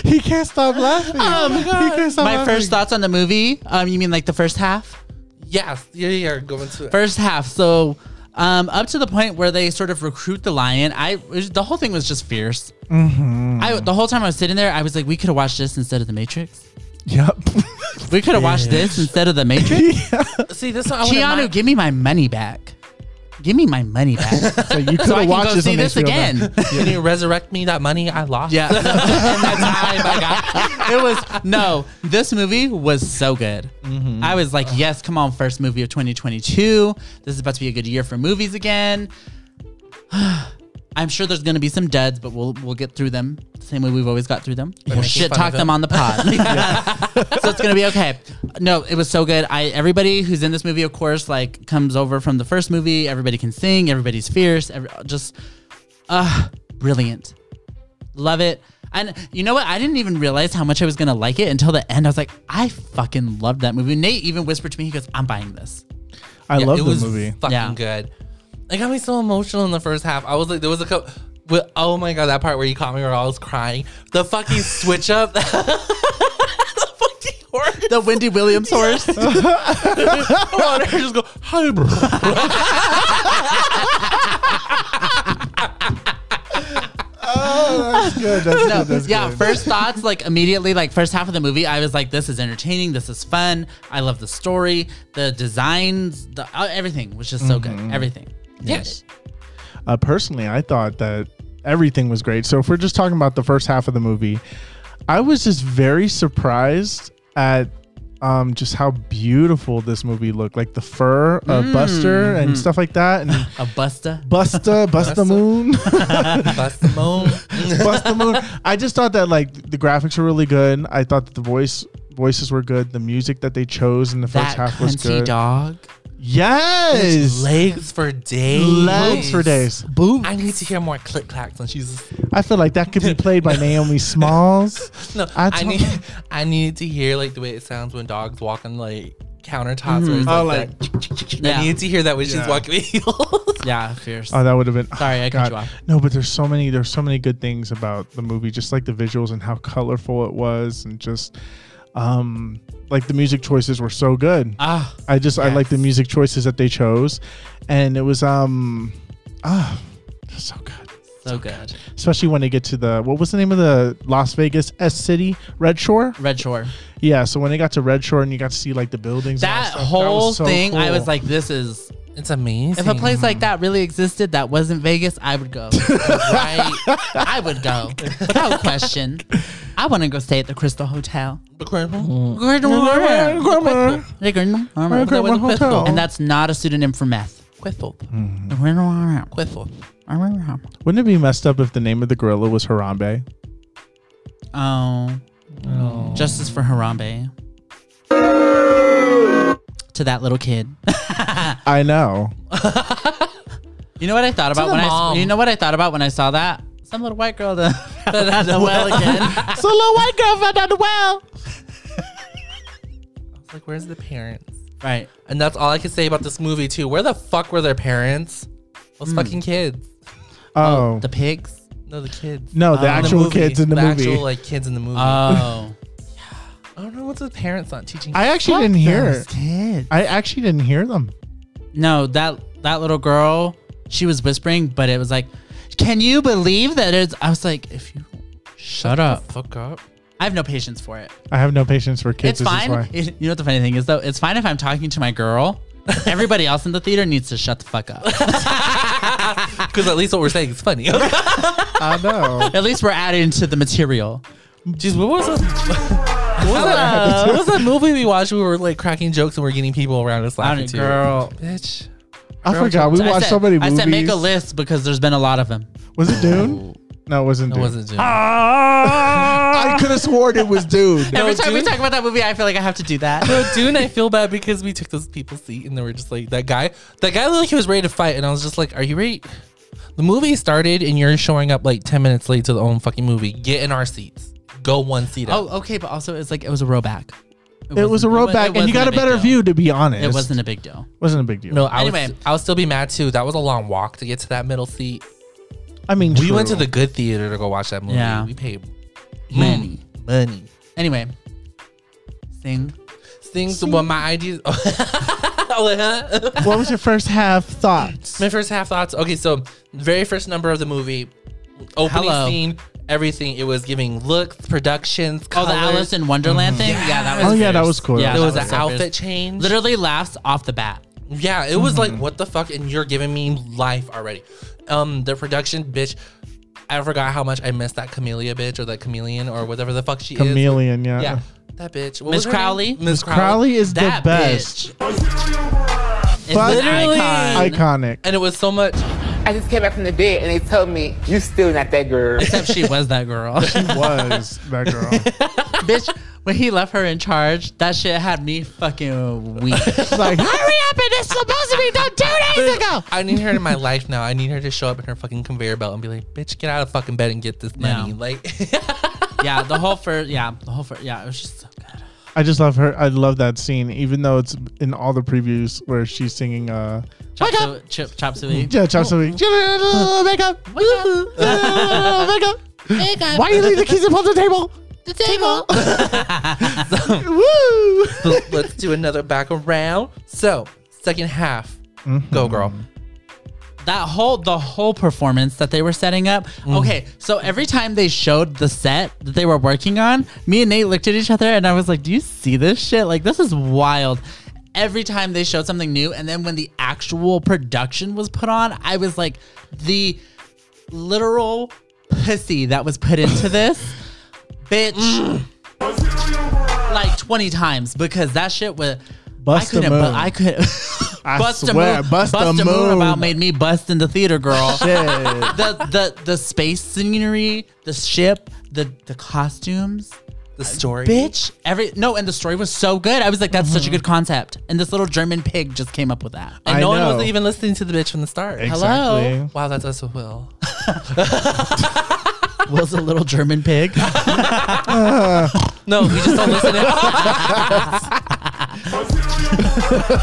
A: He can't stop laughing. Oh my god. He can't stop
B: my
A: laughing.
B: first thoughts on the movie. Um, you mean like the first half?
C: yes, yeah, yeah, going to it.
B: First half. So, um, up to the point where they sort of recruit the lion. I it was- the whole thing was just fierce.
A: Mm-hmm.
B: I the whole time I was sitting there, I was like, we could have watched this instead of the Matrix.
A: Yep.
B: We could have watched this instead of the Matrix.
C: See, this one I wouldn't
B: Keanu,
C: mind-
B: give me my money back. Give me my money back.
A: so you could
B: so
A: have
B: I can
A: watched
B: go
A: this
B: see
A: on
B: this
A: HBO
B: again.
A: then.
C: Can you resurrect me that money I lost?
B: Yeah. And that's time I got. It was no, this movie was so good. I was like, yes, come on, first movie of 2022. This is about to be a good year for movies again. I'm sure there's gonna be some duds, but we'll we'll get through them the same way we've always got through them. We'll
C: making
B: shit
C: fun
B: talk
C: of
B: them
C: them.
B: on the pod. so it's gonna be okay. No, it was so good. I everybody who's in this movie, of course, like comes over from the first movie. Everybody can sing. Everybody's fierce. Every, just, uh, brilliant. Love it. And you know what? I didn't even realize how much I was gonna like it until the end. I was like, I fucking loved that movie. Nate even whispered to me, he goes, "I'm buying this."
A: I
C: Yeah,
A: love
C: it
A: the
C: was
A: movie.
C: Fucking
B: Yeah.
C: good. It got me so emotional in the first half. I was like, there was a couple. But, oh my god, that part where you caught me where I was crying. The fucking switch up. the fucking horse.
B: The Wendy Williams horse.
C: Oh, and I just go, hi, bro.
A: Oh, that's good. That's
B: no,
A: good. That's
B: yeah.
A: good.
B: First thoughts, like immediately, like first half of the movie, I was like, "This is entertaining. This is fun. I love the story, the designs, the uh, everything was just so
A: Mm-hmm.
B: good. Everything."
C: Yes.
A: uh, personally, I thought that everything was great. So if we're just talking about the first half of the movie, I was just very surprised at um, just how beautiful this movie looked. Like the fur of
B: Mm.
A: Buster
B: Mm-hmm.
A: and stuff like that, and
B: A busta.
A: Busta, Busta Moon,
C: Bust the moon.
A: Busta Moon. I just thought that like the graphics were really good. I thought that the voice voices were good. The music that they chose in the first
B: That
A: half was
B: cunty
A: good.
B: dog.
A: Yes.
C: Legs for days.
A: Legs for days.
C: Boom. I need to hear more click clacks when she's.
A: I feel like that could be played by Naomi Smalls.
C: No,
A: I
C: I,
A: told-
C: need. I need to hear like the way it sounds when dogs walk on like countertops. Where it's
A: Oh,
C: like,
A: like-
C: that.
B: Mm-hmm. Yeah.
C: I need to hear that when
A: Yeah.
C: she's walking with heels.
B: Yeah, fierce.
A: Oh, that would have been.
B: Sorry, I
A: God.
B: cut you off.
A: No, but there's so many. There's so many good things about the movie, just like the visuals and how colorful it was, and just um, like the music choices were so good.
B: Ah,
A: I just I like the
B: yes.
A: music choices that they chose, and it was um, ah, just so good.
B: so good.
A: Especially when they get to the what was the name of the Las Vegas S City Red Shore?
B: Red Shore.
A: Yeah, so when they got to Red Shore and you got to see like the buildings, and all
B: That
A: stuff, was
B: whole
A: so
B: thing, I
A: cool.
B: was like, "This is
C: It's amazing.
B: If a place like that really existed that wasn't Vegas, I would go.
C: right,
B: I would go without question. I want to go stay at the Crystal Hotel. and that's not a pseudonym for meth.
C: Quiffle, Quiffle.
A: Wouldn't it be messed up if the name of the gorilla was Harambe?
B: Oh. Justice for Harambe. To that little kid.
A: I know.
B: You know what I thought about
C: the
B: when I
C: mom.
B: you know what I thought about when I saw that? Some little white girl that fell down the well again.
A: So little white girl found out the well.
C: It's like, where's the parents?
B: Right.
C: And that's all I can say about this movie too. Where the fuck were their parents?
A: Hmm.
C: Those fucking kids.
A: Oh,
B: The pigs.
C: No, the kids.
A: no, the
C: The
A: actual
C: movie.
A: kids in the, movie. Uh,
C: actual like kids in the movie.
B: Oh.
C: I don't know what's with parents not teaching.
A: I actually didn't hear.
B: Those kids.
A: I actually didn't hear them.
B: No, that that little girl, she was whispering, but it was like, "Can you believe that it's?" I was like, "If you shut up,
C: fuck up.
B: I have no patience for it.
A: I have no patience for kids.
B: it's
A: this is
B: fine.
A: why.
B: It- you know what the funny thing is though? It's fine if I'm talking to my girl. Everybody else in the theater needs to shut the fuck up.
C: Because at least what we're saying is funny.
A: I know.
B: At least we're adding to the material.
C: Jeez, what was that? What was, that, what was that movie we watched? We were like cracking jokes and we are getting people around us
B: I
C: laughing
B: don't
C: too.
B: girl.
C: bitch.
A: I forgot. We
B: I
A: watched
B: said,
A: so many movies.
B: I said make a list because there's been a lot of them.
A: Was it Dune? No, it wasn't.
C: It
A: Dune.
C: wasn't. Jim.
A: I could have sworn it was Dune.
B: Every time we
C: dude.
B: talk about that movie, I feel like I have to do that.
C: No, Dune, I feel bad because we took those people's seat and they were just like that guy. That guy looked like he was ready to fight, and I was just like, "Are you ready?" The movie started, and you're showing up like ten minutes late to the own fucking movie. Get in our seats. Go one seat up.
B: oh, okay, but also it's like it was a rowback.
A: It was a
B: wasn't-
A: road
B: wa-
A: back,
B: it
A: and you
B: wasn't
A: got a
B: big
A: better
B: deal.
A: view. To be honest,
B: It wasn't a big deal.
A: wasn't a big deal.
C: No, I
B: Anyway.
C: was I was still be mad too. That was a long walk to get to that middle seat.
A: I mean,
C: We went to
A: true.
C: the good theater to go watch that movie.
B: Yeah. Hmm.
C: We paid
B: Money.
C: Mm, money.
B: Anyway, sing.
C: Things what my ideas. Oh, huh?
A: what was your first half thoughts?
C: my first half thoughts. Okay, so very first number of the movie, opening
B: Hello.
C: scene, everything. It was giving looks, productions,
B: Oh,
C: colors.
B: the Alice in Wonderland thing. Yeah, that was.
A: Oh yeah,
B: fierce.
A: that was cool.
B: Yeah,
C: There
B: that
C: was,
B: was
C: an
B: so
C: outfit
B: fierce.
C: change. Mm-hmm.
B: Literally laughs off the bat.
C: Yeah, it was like what the fuck, and you're giving me life already. Um, the production, bitch. I forgot how much I missed that Camellia bitch or that chameleon or whatever the fuck she
A: Chameleon, yeah.
C: is. Yeah, that bitch. What
B: Miss
C: was her name?
B: Crowley?
C: Miss
A: Crowley is the
B: That
A: best.
B: bitch. Is literally
A: Literally-
B: icon.
A: Iconic.
C: And it was so much.
D: I just came back from the bed and they told me, you still not that girl.
B: Except she was that girl.
A: was that girl?
B: bitch, when he left her in charge, that shit had me fucking weak.
A: like,
B: Hurry up! It is supposed to be done two days ago.
C: I need her in my life now. I need her to show up in her fucking conveyor belt and be like, "Bitch, get out of fucking bed and get this money."
B: Yeah.
C: Like,
B: Yeah, the whole first. Yeah, the whole first. Yeah, it was just so good.
A: I just love her. I love that scene, even though it's in all the previews where she's singing. uh
B: Chop, su- chip, chop suey. Oh.
A: Yeah, Chop Suey. Make up. Make up. Why you leave the keys upon the table?
B: The table.
A: Woo!
C: so let's do another back around. So, second half,
A: Mm-hmm.
C: go girl.
B: that whole the whole performance that they were setting up.
A: Mm.
B: Okay, so every time they showed the set that they were working on, me and Nate looked at each other and I was like, "Do you see this shit? Like this is wild." Every time they showed something new and then when the actual production was put on, I was like the literal pussy that was put into this. Bitch. Like 20 times because that shit was
A: Mm. Bust
B: I
A: a
B: couldn't bu-
A: move.
B: I couldn't
A: I
B: bust
A: swear,
B: a move.
A: bust a move.
B: about made me bust in the theater, girl.
A: Shit.
B: the the the space scenery, the ship, the the costumes,
C: The story,
B: bitch. Mm-hmm. Every no, and the story was so good. I was like, that's such a good concept. And this little German pig just came up with that.
C: And
A: I
C: no
A: know.
C: one was even listening to the bitch from the start.
A: Exactly.
C: Wow, that's us with Will.
B: was a little German pig.
C: No, we just don't listen. To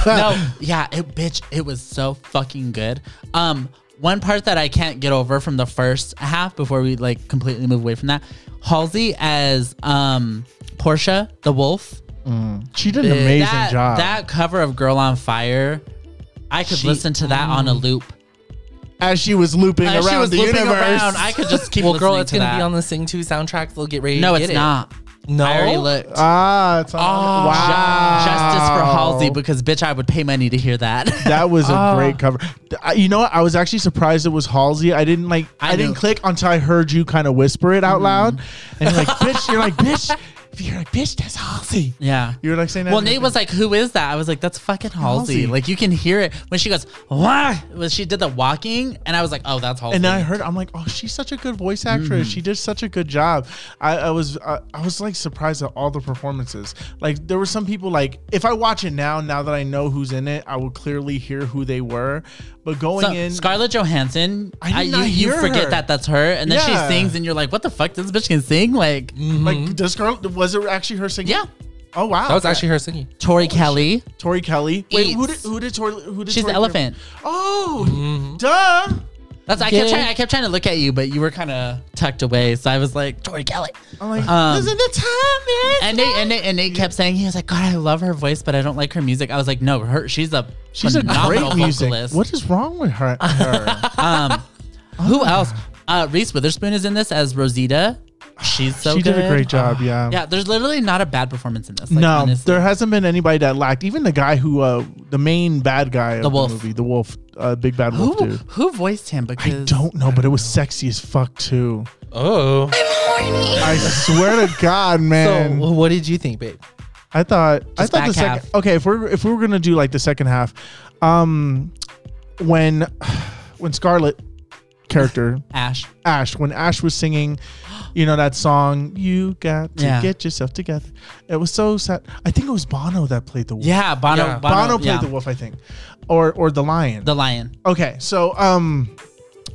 B: no, yeah, it, bitch, it was so fucking good. Um, one part that I can't get over from the first half before we like completely move away from that, Halsey as um Portia the wolf.
A: She did an amazing
B: that,
A: job.
B: That cover of Girl on Fire, I could
A: She-
B: listen to that on a loop.
A: As she was looping
B: As
A: around the
B: looping
A: universe.
B: I could just keep
C: well,
B: listening
C: girl, it's
B: to
C: gonna
B: that.
C: be on the Sing Two soundtrack. They'll get ready.
B: no,
C: to
B: it's
C: get it.
B: not.
C: No.
B: I already looked.
A: Ah, it's on.
B: Oh,
A: wow.
C: Ah.
B: Justice for Halsey because bitch, I would pay money to hear that.
A: That was a
B: Oh.
C: Ah.
A: great cover. Th- I- You know what? I was actually surprised it was Halsey. I didn't like. I,
B: I Mm-hmm.
A: didn't
B: knew.
A: click until I heard you kind of whisper it out loud, and you're like, "Bitch," you're like, "Bitch," you're like, "Bitch," that's Halsey.
B: yeah.
A: You were like saying that.
B: Well, Nate was like, "Who is that?" I was like, "That's fucking Halsey."
A: Halsey.
B: Like you can hear it when she goes, "Wah!" When she did the walking, and I was like, "Oh, that's Halsey."
A: and then I heard, I'm like, oh, she's such a good voice
B: Mm-hmm.
A: actress. She did such a good job. I, I was, uh, I was like surprised at all the performances. Like there were some people, like if I watch it now, now that I know who's in it, I will clearly hear who they were. But going
B: So,
A: in,
B: Scarlett Johansson.
A: I did
B: you,
A: not
B: you
A: hear
B: forget
A: her.
B: that that's her, and then
A: Yeah. Mm.
B: she sings, and you're like, "What the fuck? This bitch can sing!" Like,
A: like, does Scarlett was it actually her singing?
B: Mm-hmm. yeah,
A: Oh wow,
C: That was actually her singing.
B: Tori Kelly.
A: Tori Kelly. Wait, who did
B: Eats.
A: who did Tori? Who did
B: She's the
A: Tori
B: elephant.
A: Oh, duh.
B: That's I kept
C: Yeah.
B: trying. I kept trying to look at you, but you were kind of tucked away. So I was like, Tori Kelly.
A: I'm like,
B: Um,
A: this is the time, man.
B: And Nate, and Nate, and Nate kept saying he was like, God, I love her voice, but I don't like her music. I was like, No, her. She's a
A: She's a
B: phenomenal
A: great music.
B: vocalist.
A: What is wrong with her? her?
B: Um, who else? Uh, Reese Witherspoon is in this as Rosita. She's so
A: she
B: good. Uh-huh.
A: did a great job.
B: Yeah, there's literally not a bad performance in this. Like,
A: no,
B: honestly.
A: there hasn't been anybody that lacked. Even the guy who, uh, the main bad guy of the,
B: wolf.
A: movie, the wolf, uh, big bad
B: who
A: wolf dude.
B: who voiced him?
A: I
B: Because
A: don't know, but it was sexy as fuck too.
C: Oh.
A: I swear to God,
C: So
A: man.
C: what did you think, babe?
A: I thought I thought
B: Just
A: the
B: back
A: second.
B: half.
A: Okay, if we're if we were gonna do like the second half, um, when when Scarlet character
B: Ash.
A: Ash when Ash was singing, you know that song you got to
B: Yeah.
A: get yourself together. It was so sad. I think it was Bono that played the wolf.
B: Yeah, Bono.
C: Yeah.
B: Bono,
A: Bono played
B: yeah.
A: the wolf, I think, or or the lion.
B: The lion.
A: Okay, so um,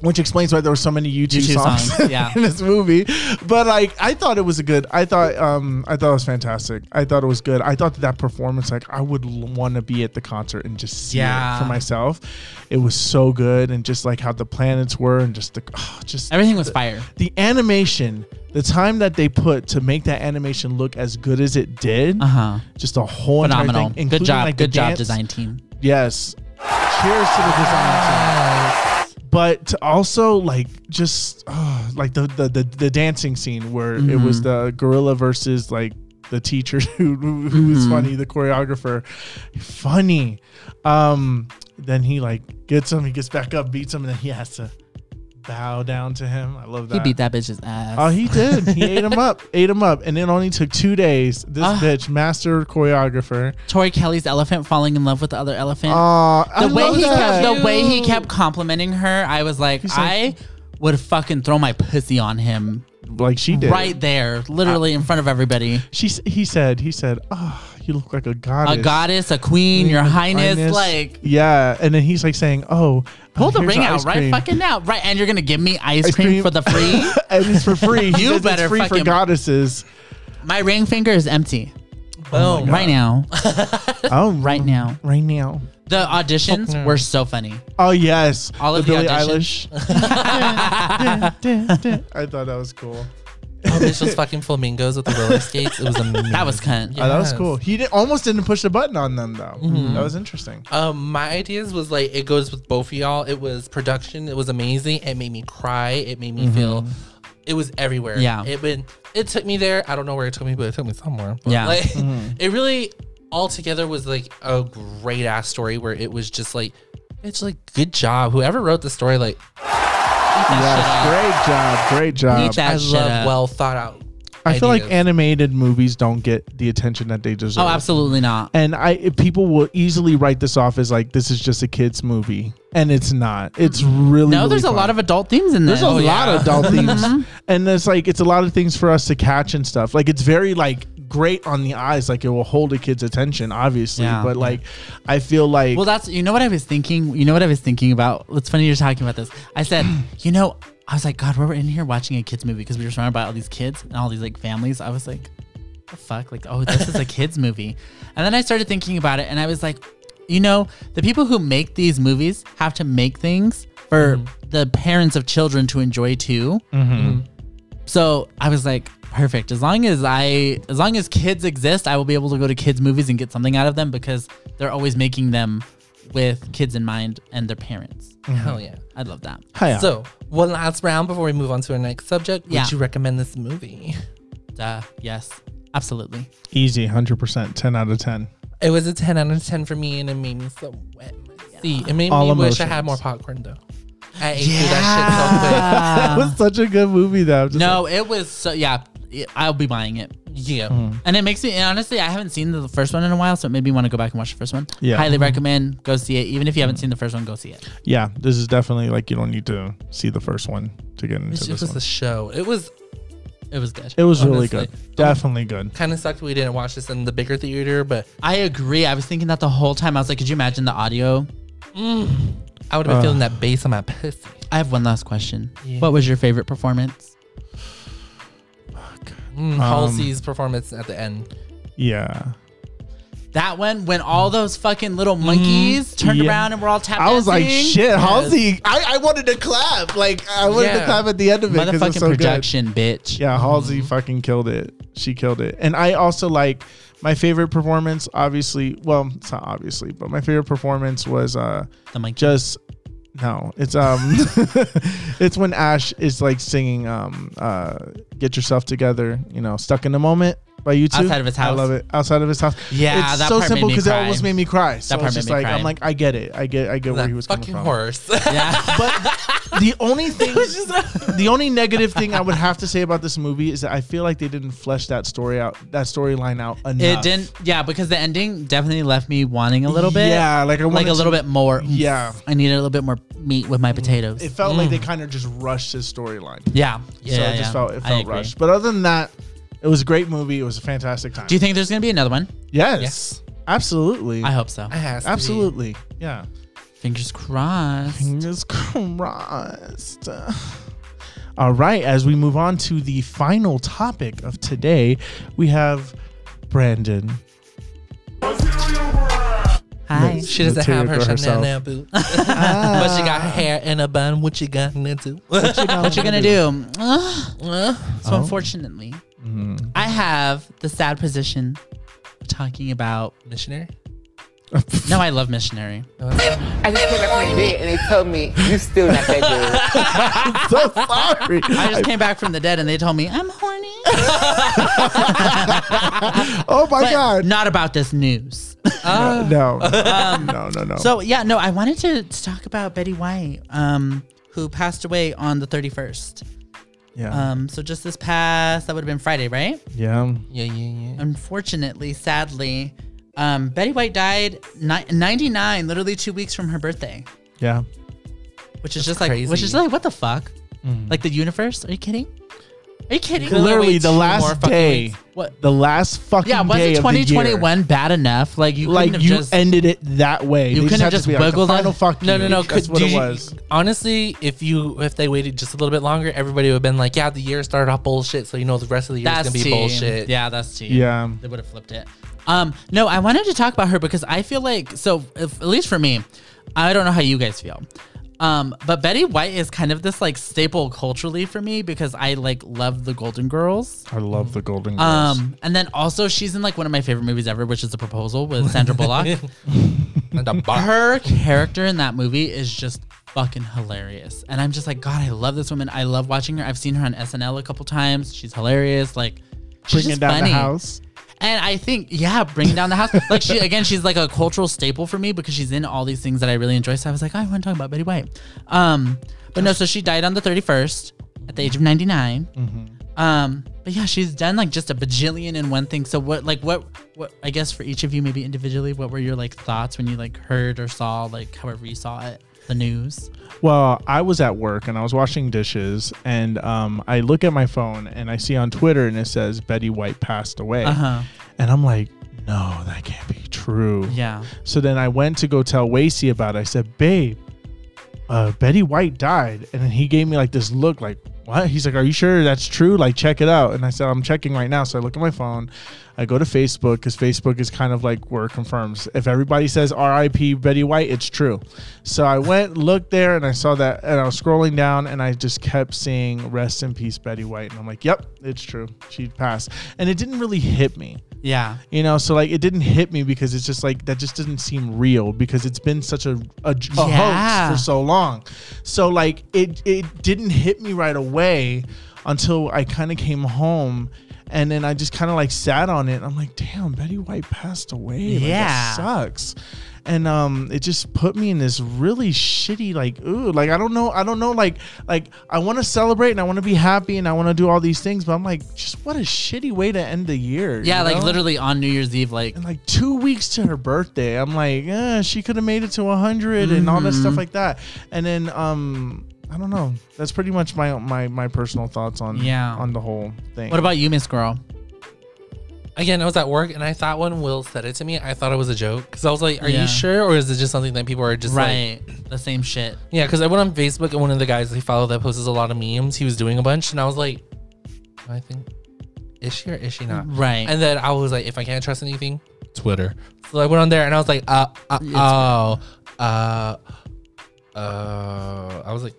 A: which explains why there were so many U2,
B: U2
A: songs,
B: songs, yeah.
A: in this movie. But like, I thought it was a good. I thought um, I thought it was fantastic. I thought it was good. I thought that, that performance, like, I would want to be at the concert and just see
B: Yeah.
A: it for myself. It was so good, and just like how the planets were, and just the ah, just
B: Everything was fire.
A: the animation, the time that they put to make that animation look as good as it did.
B: Uh huh.
A: Just a whole entire
B: Phenomenal.
A: thing,
B: Good
A: including,
B: job.
A: like, the
B: Good job,
A: dance.
B: design team.
A: Yes. Cheers to the design team. But to also like just uh, like the, the the the dancing scene where it was
B: Mm-hmm.
A: the gorilla versus like the teacher who who who
B: Mm-hmm.
A: was funny, the choreographer, funny. Um, then he like gets him, he gets back up, beats him, and then he has to bow down to him. I love that.
B: He beat that bitch's ass.
A: Oh, he did. He ate him up, ate him up, and it only took two days. This
B: Ah.
A: bitch, master choreographer.
B: Tori Kelly's elephant falling in love with the other elephant.
A: Oh, I
B: the way
A: love
B: he
A: that.
B: kept the way he kept complimenting her, I was like,
A: He's
B: I
A: like-
B: would fucking throw my pussy on him
A: like she did.
B: right there, literally in front of everybody.
A: She s- he said he said, "Ah, you look like a goddess."
B: A goddess, a queen, your highness, like
A: yeah, and then he's like saying, "Oh,
B: pull the
A: here's
B: ring
A: your
B: out
A: ice
B: right
A: cream."
B: fucking now, right? And you're gonna give me ice,
A: Ice
B: cream,
A: cream.
B: for the free.
A: and it's for free. He
B: You
A: says it's
B: better
A: free for
B: fucking-
A: goddesses.
B: my ring finger is empty
C: Boom.
B: right now.
A: Oh,
B: Right now.
A: right now.
B: The auditions were so funny.
A: Oh yes,
B: All of the
A: Billie
B: auditions.
A: Eilish. I thought that was cool.
C: Oh, bitch, those fucking flamingos with the roller skates. It was amazing.
B: That was cunt.
A: Oh, that was
C: Yes.
A: cool. He did, almost didn't push the button on them though.
B: Mm-hmm.
A: That was interesting.
C: Um, my ideas was like it goes with both of y'all. It was production. It was amazing. It made me cry. It made me feel. It was everywhere.
B: Mm-hmm. Yeah.
C: It been. It took me there. I don't know where it took me, but it took me somewhere. But,
B: Yeah. Mm-hmm.
C: Like, It really all together was like a great ass story where it was just like, it's like good job whoever wrote the story. Like
A: Yes, great job, great
B: Eat
A: job.
B: that
C: I
B: shit
C: love
B: up.
C: well thought out.
A: I feel like
C: ideas.
A: animated movies don't get the attention that they deserve.
B: Oh, absolutely not.
A: and I if people will easily write this off as like this is just a kids movie, and it's not. It's really
B: No, there's a lot of adult themes in Oh, this.
A: there's a lot
C: yeah.
A: of adult
B: Mm-hmm.
A: themes, and it's like it's a lot of things for us to catch and stuff. Like it's very like great on the eyes, like it will hold a kid's attention, obviously.
B: Yeah.
A: But like I feel like
B: Well, that's you know what I was thinking. You know what I was thinking about. It's funny you're talking about this. I said, you know, I was like, God, we're in here watching a kids movie because we were surrounded by all these kids and all these like families. I was like, the fuck, like, oh, this is a kids movie. And then I started thinking about it, and I was like, you know, the people who make these movies have to make things for
A: Mm-hmm.
B: the parents of children to enjoy too. So I was like, perfect. As long as I, as long as kids exist, I will be able to go to kids' movies and get something out of them because they're always making them with kids in mind and their parents.
C: Hell yeah.
B: I love that.
A: Hiya.
C: So one last round before we move on to our next subject. Would
B: Yeah.
C: you recommend this movie?
B: Duh. Yes. Absolutely.
A: Easy, hundred percent, ten out of ten.
C: It was a 10 out of 10 for me, and it made me so wet. See, it made
A: All
C: me wish I had
A: emotions.
C: more popcorn, though. I ate through that
A: that was such a good movie, though. I'm just
B: Uh, No, it was so yeah. it- I'll be buying it. Mm-hmm.
C: shit so quick. Yeah.
B: And it makes me and honestly, I haven't seen the first one in a while, so it made me want to go back and watch the first one.
A: Yeah.
B: Highly recommend. Go see it. Even if you haven't seen the first one, go see it.
A: like- yeah, this is definitely like you don't need to see the first one to get into
C: It's
A: this
C: just
A: one.
C: a show. It was
B: It was good.
A: it was really
C: honestly.
A: good, definitely good.
C: kind of sucked we didn't watch this in the bigger theater, but
B: I agree. I was thinking that the whole time. I was like, could you imagine the audio?
C: I would have been
A: Uh.
C: feeling that bass on my pussy.
B: I have one last question.
C: Yeah.
B: What was your favorite performance?
A: Um,
C: Mm, Halsey's performance at the end.
A: Yeah,
B: That one when all those fucking little monkeys turned
A: Mm. Mm-hmm. Yeah.
B: around and we're all tapping.
A: I was like, shit, Halsey. I, I wanted to clap, like I wanted to
C: Yeah.
A: clap at the end of it because it's
B: Motherfucking
A: so good.
B: production, bitch.
A: Yeah, Halsey fucking killed it. She killed it. And I also like my favorite performance, obviously. Well, it's not obviously, but my favorite performance was uh
B: The monkey.
A: just no. It's um it's when Ash is like singing um uh Get Yourself Together, you know, stuck in the moment by you two.
B: Outside of his
A: I
B: house.
A: love it. Outside of his house.
B: Yeah,
A: it's
B: that
A: so
B: part made
A: simple
B: me
A: it
B: cry.
A: almost made me cry. So
B: That part
A: it's just
B: made me
A: like
B: cry.
A: I'm like, I get it. I get I get where
C: That
A: he was coming
C: fucking
A: from.
C: horse.
B: Yeah.
A: But the, the only thing, the only negative thing I would have to say about this movie is that I feel like they didn't flesh that story out, that storyline out enough.
B: It didn't. Yeah, because the ending definitely left me wanting a little bit.
A: Yeah, like I
B: like
A: wanted
B: a little
A: to-
B: bit more. oomph.
A: Yeah. Mm.
B: I needed a little bit more meat with my potatoes.
A: It felt
B: Mm.
A: like they kind of just rushed his storyline.
B: yeah, yeah.
A: so
B: yeah,
A: it just
B: yeah.
A: felt it
B: I
A: felt
B: agree.
A: rushed. But other than that, it was a great movie. It was a fantastic time.
B: Do you think there's gonna be another one?
A: yes,
C: Yes.
A: absolutely,
B: I hope so.
C: It has to be.
A: absolutely, yeah.
B: Fingers crossed.
A: Fingers crossed. All right, as we move on to the final topic of today, we have Brandon.
B: Hi.
A: Nice.
C: She doesn't have her
A: Material girl herself.
C: Chanel boo. but she got hair in a bun. What you got into?
B: What you gonna do? Ugh.
C: Uh,
B: So unfortunately, I have the sad position of talking about.
C: missionary?
B: No, I love missionary.
D: I just came back from the bed and they told me, you still not that girl.
A: so sorry.
B: I just came back from the dead and they told me I'm horny.
A: oh my
B: But
A: god.
B: not about this news.
A: No. no, no, no.
B: So yeah, no, I wanted to, to talk about Betty White, um, who passed away on the 31st.
A: yeah.
B: Um, so just this past, that would have been Friday, right?
A: yeah.
C: Yeah, yeah, yeah.
B: Unfortunately, sadly, um, Betty White died ni- 99, literally two weeks from her birthday,
A: Yeah.
B: which is just like,
C: crazy.
B: which is like, what the fuck? Like the universe? Are you kidding? Are you kidding?
C: Could've
A: Mm. Literally
C: waited
A: the
C: two more
A: last
C: fucking
A: day.
C: weeks.
B: What?
A: The last fucking
B: Yeah,
A: day
B: wasn't
A: of the year.
B: 2021 bad enough? Like you couldn't
A: Like
B: have
A: you
B: just
A: ended it that way.
B: You
A: They
B: couldn't
A: had
B: just
A: to be
B: wiggle
A: like, the
B: that-
A: final fuck
C: No,
A: you.
C: no, no.
A: That's
C: could-
A: what
C: did
A: it
C: you-
A: was.
C: Honestly, if you if they waited just a little bit longer, everybody would have been like, "Yeah, the year started off bullshit, so you know the rest of the year is
B: that's
C: gonna be
B: team.
C: bullshit."
B: Yeah, that's team.
A: Yeah.
B: they would have flipped it. Um, no, I wanted to talk about her because I feel like so if, at least for me, I don't know how you guys feel. Um, but Betty White is kind of this like staple culturally for me because I like love the Golden Girls.
A: I love the Golden Girls.
B: Um, and then also she's in like one of my favorite movies ever, which is The Proposal with Sandra Bullock.
C: And the bar-
B: her character in that movie is just fucking hilarious. And I'm just like, God, I love this woman. I love watching her. I've seen her on SNL a couple times. She's hilarious. Like, she's
A: Bringing
B: just
A: down
B: funny.
A: the house.
B: And I think, yeah, bringing down the house. like, she, again, she's like a cultural staple for me because she's in all these things that I really enjoy. So I was like, "Oh, I want to talk about Betty White. Um, but no, so she died on the 31st at the age of 99. Um, but yeah, she's done like just a bajillion and one thing. So what, like, what, what? I guess for each of you, maybe individually, what were your like thoughts when you like heard or saw, like, however you saw it, the news?
A: Well, I was at work and I was washing dishes, and um, I look at my phone and I see on Twitter and it says Betty White passed away,
B: Uh-huh.
A: and I'm like, no, that can't be true.
B: Yeah.
A: So then I went to go tell Wacy about it. I said, babe, uh, Betty White died, and then he gave me like this look, like what? He's like, are you sure that's true? Like check it out. And I said, I'm checking right now. So I look at my phone. I go to Facebook because Facebook is kind of like where it confirms. If everybody says RIP Betty White, it's true. So I went, looked there, and I saw that, and I was scrolling down, and I just kept seeing rest in peace Betty White, and I'm like, yep, it's true. She passed, and it didn't really hit me
B: Yeah.
A: you know so like it didn't hit me because it's just like that just doesn't seem real because it's been such a, a, a
B: Yeah.
A: hoax for so long so like it it didn't hit me right away until i kind of came home and then I just kind of like sat on it. I'm like, damn, Betty White passed away. Like, that
B: Yeah.
A: sucks. And um, it just put me in this really shitty like ooh like I don't know I don't know like like I want to celebrate and I want to be happy and I want to do all these things but I'm like just what a shitty way to end the year
B: Yeah,
A: you
B: like
A: know?
B: literally on New Year's Eve, like
A: and like two weeks to her birthday i'm like eh, she could have made it to 100 and all that
B: Mm-hmm.
A: stuff like that and then um i don't know that's pretty much my my my personal thoughts on
B: Yeah.
A: on the whole thing
B: what about you, Miss Girl?
C: Again, I was at work and I thought when Will said it to me, I thought it was a joke because I was like, "Are
B: Yeah.
C: you sure?" Or is it just something that people are just like,
B: Right. the same shit.
C: Yeah, because I went on Facebook and one of the guys I follow that posts a lot of memes. He was doing a bunch, and I was like, I think, is she or is she not?
B: Right.
C: And then I was like, if I can't trust anything, Twitter. So I went on there and I was like, uh, uh oh, uh, uh. I was like,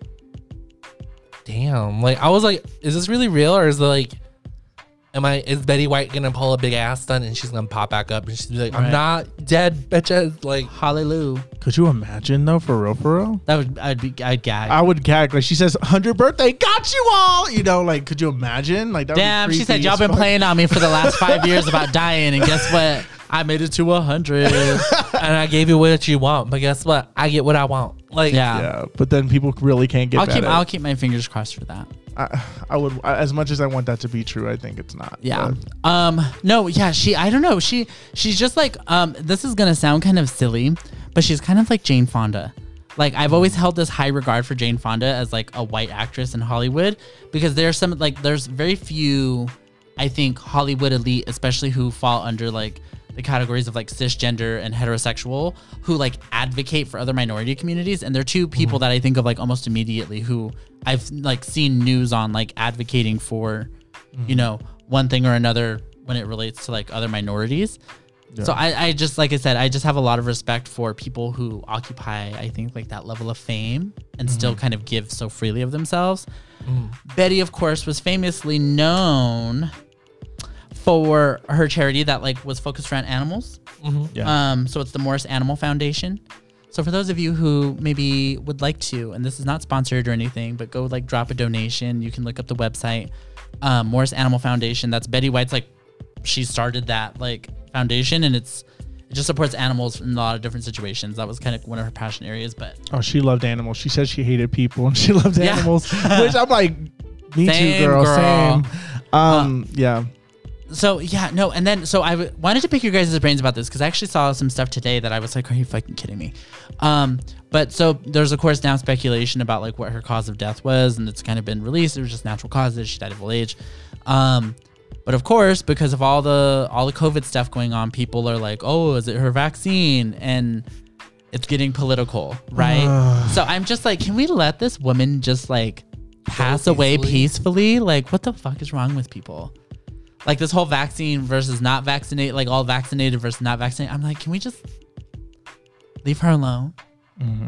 C: damn. Like I was like, is this really real or is it like? Am I is Betty White gonna pull a big ass stunt and she's gonna pop back up and she's gonna be like,
B: Right.
C: I'm not dead, bitches. Like
B: Hallelujah.
A: could you imagine though for real for real
B: That would I'd be I'd gag.
A: I would gag like she says 100 birthday got you all you know like could you imagine like that would be
B: Damn, she
A: creepy
B: said y'all
A: as
B: been
A: fuck.
B: playing on me for the last five years about dying, and guess what? I made it to hundred.
C: and I gave you what you want, but guess what? I get what I want. Like,
B: Yeah.
A: yeah but then people really can't get
B: I'll
A: mad
B: keep
A: at
B: I'll
A: it.
B: keep my fingers crossed for that.
A: I, I would I- as much as I want that to be true I think it's not
B: Yeah.
A: but-
B: Um. No. Yeah. She. I don't know. She. She's just like. Um. This is gonna sound kind of silly, but she's kind of like Jane Fonda. Like I've always held this high regard for Jane Fonda as like a white actress in Hollywood because there's some like there's very few, I think Hollywood elite especially who fall under like the categories of like cisgender and heterosexual who like advocate for other minority communities and they're two people that I think of like almost immediately who I've like seen news on like advocating for you know, one thing or another when it relates to like other minorities. So I, I just like I said, I just have a lot of respect for people who occupy, I think, like that level of fame and still kind of give so freely of themselves. Betty, of course, was famously known for her charity that like was focused around animals.
A: Yeah.
B: Um, so it's the Morris Animal Foundation. So for those of you who maybe would like to, and this is not sponsored or anything, but go like drop a donation. You can look up the website, um, Morris Animal Foundation. That's Betty White's like she started that like foundation, and it's it just supports animals in a lot of different situations. That was kind of one of her passion areas, but
A: Oh, she loved animals. She said she hated people and she loved
B: Yeah.
A: animals. Which I'm like, me
B: Same,
A: too, girl.
B: girl.
A: Same. Um, yeah.
B: So yeah, no, and then so I w- wanted to pick your guys' brains about this because I actually saw some stuff today that I was like, "Are you fucking kidding me?" Um, but so there's of course now speculation about like what her cause of death was, and it's kind of been released. It was just natural causes. She died of old age. Um, but of course, because of all the all the COVID stuff going on, people are like, "Oh, is it her vaccine?" and it's getting political, right? so I'm just like, can we let this woman just like pass away
C: peacefully.
B: peacefully? Like, what the fuck is wrong with people? like this whole vaccine versus not vaccinated, like all vaccinated versus not vaccinated. I'm like, can we just leave her alone?
A: Mm-hmm.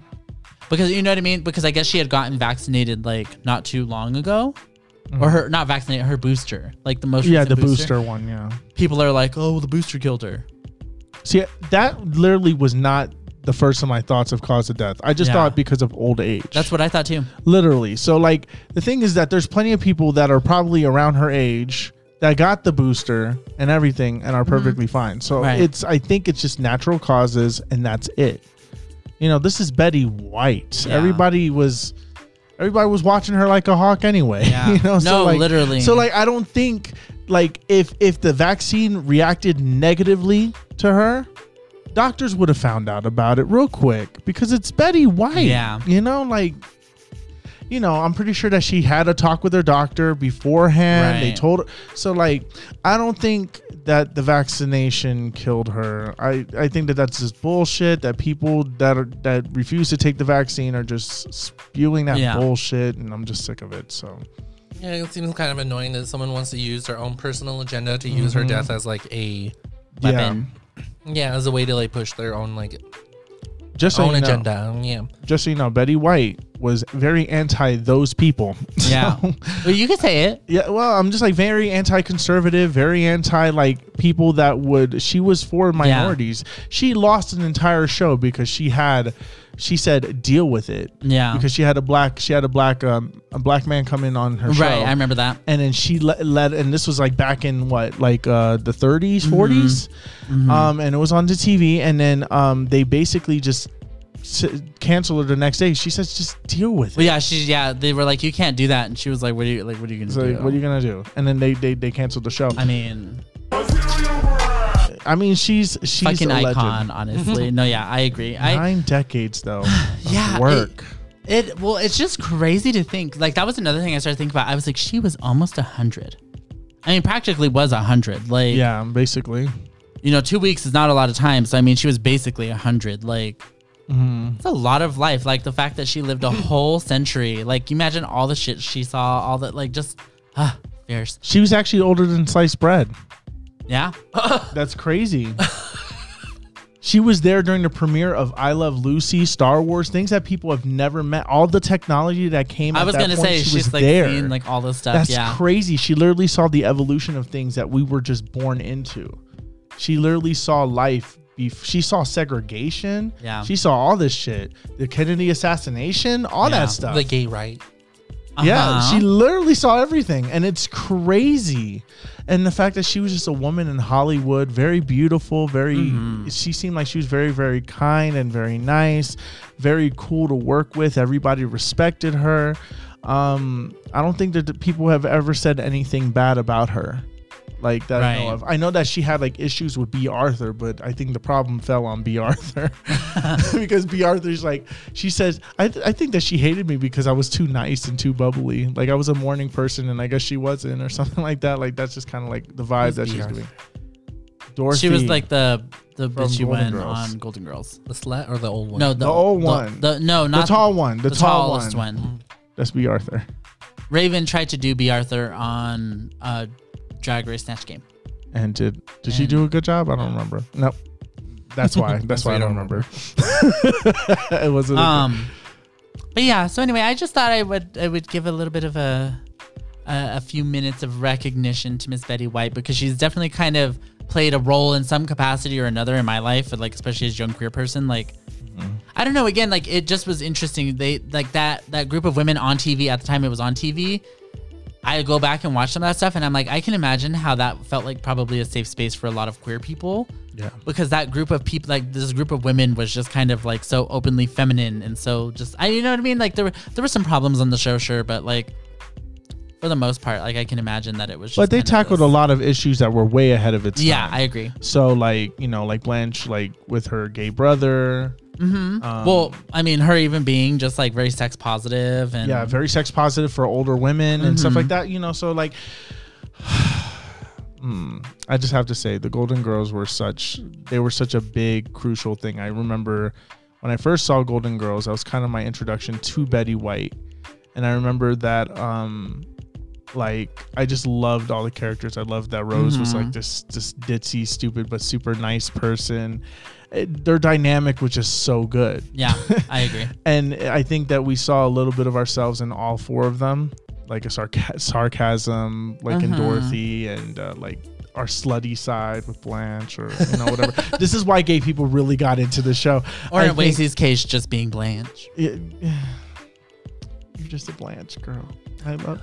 B: Because you know what I mean? Because I guess she had gotten vaccinated like not too long ago. Or her not vaccinated, her booster. Like the most
A: Yeah,
B: recent
A: the booster one. Yeah.
B: People are like, Oh, the booster killed her.
A: See, that literally was not the first of my thoughts of cause of death. I just
B: Yeah.
A: thought because of old age.
B: That's what I thought too.
A: literally. So, like, the thing is that there's plenty of people that are probably around her age that got the booster and everything and are perfectly fine. So,
B: Right.
A: it's, I think it's just natural causes and that's it. You know, this is Betty White.
B: Yeah.
A: Everybody was. Everybody was watching her like a hawk anyway.
B: Yeah.
A: You know,
B: No,
A: so like,
B: literally.
A: So like I don't think like if if the vaccine reacted negatively to her, doctors would have found out about it real quick because it's Betty White.
B: Yeah.
A: You know, like you know, I'm pretty sure that she had a talk with her doctor beforehand. They
B: Right.
A: told her so like I don't think that the vaccination killed her. I, I think that that's just bullshit that people that are, that refuse to take the vaccine are just spewing that
B: Yeah.
A: bullshit and I'm just sick of it. So
C: yeah, it seems kind of annoying that someone wants to use their own personal agenda
B: Mm-hmm.
C: to use her death as like a,
A: yeah.
B: Weapon.
C: yeah, as a way to like push their own like
A: Just so
C: own
A: you know.
C: agenda. Um, Yeah,
A: just so you know, Betty White was very anti those people.
B: Yeah.
A: So-
B: well, you could say it.
A: yeah. Well, I'm just like very anti conservative, very anti like people that would. She was for minorities. She lost an entire show because she had she said deal with it.
B: Yeah.
A: Because she had a black she had a black um a black man come in on her show.
B: Right, I remember that.
A: And then she let, let and this was like back in what like uh the 30s 40s,
B: Mm-hmm.
A: um and it was on the TV and then um they basically just s- canceled her the next day. She says just deal with it.
B: Well, yeah, she yeah they were like you can't do that, and she was like, what are you like what are you gonna
A: It's like,
B: do?
A: what are you gonna do? And then they they, they canceled the show.
B: I mean,
A: I mean, she's she's
B: fucking
A: a legend.
B: icon, honestly. no, yeah, I agree. I
A: Nine decades though. of
B: yeah it-
A: work.
B: It, well, it's just crazy to think. Like that was another thing I started thinking about. I was like, she was almost a hundred. I mean, practically was a hundred. Like,
A: yeah, um, basically.
B: you know, two weeks is not a lot of time. So I mean, she was basically a hundred. Like,
A: Mm-hmm.
B: it's a lot of life. Like the fact that she lived a whole century. Like, you imagine all the shit she saw. All that, like, just ah, fierce.
A: She was actually older than sliced bread.
B: Yeah,
A: That's crazy. she was there during the premiere of I Love Lucy, Star Wars, things that people have never met. All the technology that came.
B: I
A: at
B: was
A: that
B: gonna
A: point,
B: say
A: she was
B: she's like
A: there.
B: seeing like all this stuff.
A: That's
B: yeah,
A: crazy. She literally saw the evolution of things that we were just born into. She literally saw life. Bef- she saw segregation.
B: Yeah.
A: She saw all this shit. The Kennedy assassination, all
B: Yeah.
A: that stuff.
C: The gay right.
A: Yeah,
B: Uh-huh.
A: she literally saw everything, and it's crazy. And the fact that she was just a woman in Hollywood, very beautiful, very.
B: Mm-hmm.
A: She seemed like she was very, very kind and very nice, very cool to work with. Everybody respected her. Um, I don't think that the people have ever said anything bad about her, like that I know
B: Right.
A: of. I know that she had like issues with B. Arthur, but I think the problem fell on B. Arthur because B. Arthur's like she says, I, th- I think that she hated me because I was too nice and too bubbly. Like I was a morning person, and I guess she wasn't, or something like that. Like that's just kind of like the vibe that
C: B.
A: she's
C: Arthur?
A: giving. Dorothy,
B: She was like the the
A: From
B: bitch you
A: Golden
B: went
A: Girls.
B: on Golden Girls.
C: The slut or the old one?
B: No, the,
A: The old
B: the-
A: one.
B: The, no,
A: the
B: not
A: tall one, the,
B: the
A: tall
B: tallest
A: one.
B: one.
A: That's B. Arthur.
B: Raven tried to do B Arthur on uh, Drag Race Snatch Game.
A: And did did she
B: And-
A: do a good job? I don't remember. Nope. That's why. That's, why I don't remember. it wasn't. a-
B: Um, but yeah. So anyway, I just thought I would I would give a little bit of a a, a few minutes of recognition to Miss Betty White because she's definitely kind of played a role in some capacity or another in my life, but like especially as a young queer person, like. I don't know. Again, like it just was interesting. They like that that group of women on TV at the time it was on TV. I go back and watch some of that stuff, and I'm like, I can imagine how that felt like probably a safe space for a lot of queer people.
A: Yeah.
B: Because that group of people, like this group of women, was just kind of like so openly feminine, and so just I, you know what I mean? Like there were there were some problems on the show, sure, but like for the most part, like I can imagine that it was. just
A: but they
B: kind of
A: tackled
B: this-
A: a lot of issues that were way ahead of its
B: Yeah,
A: time.
B: I agree.
A: so like you know like Blanche like with her gay brother. Mm-hmm. Um,
B: well, I mean, her even being just like very sex positive and
A: yeah, very sex positive for older women and stuff like that. You know, so like. mm, I just have to say the Golden Girls were such they were such a big crucial thing. I remember when I first saw Golden Girls, that was kind of my introduction to Betty White. And I remember that um like I just loved all the characters. I loved that Rose was like this this ditzy, stupid but super nice person. It- their dynamic was just so good.
B: yeah, I agree.
A: And I think that we saw a little bit of ourselves in all four of them, like a sarca- sarcasm, like in Dorothy, and uh, like our slutty side with Blanche, or you know whatever. this is why gay people really got into the show.
B: Or
A: I
B: in
A: think
B: Wacy's case, just being Blanche.
A: it- you're just a Blanche girl. I love.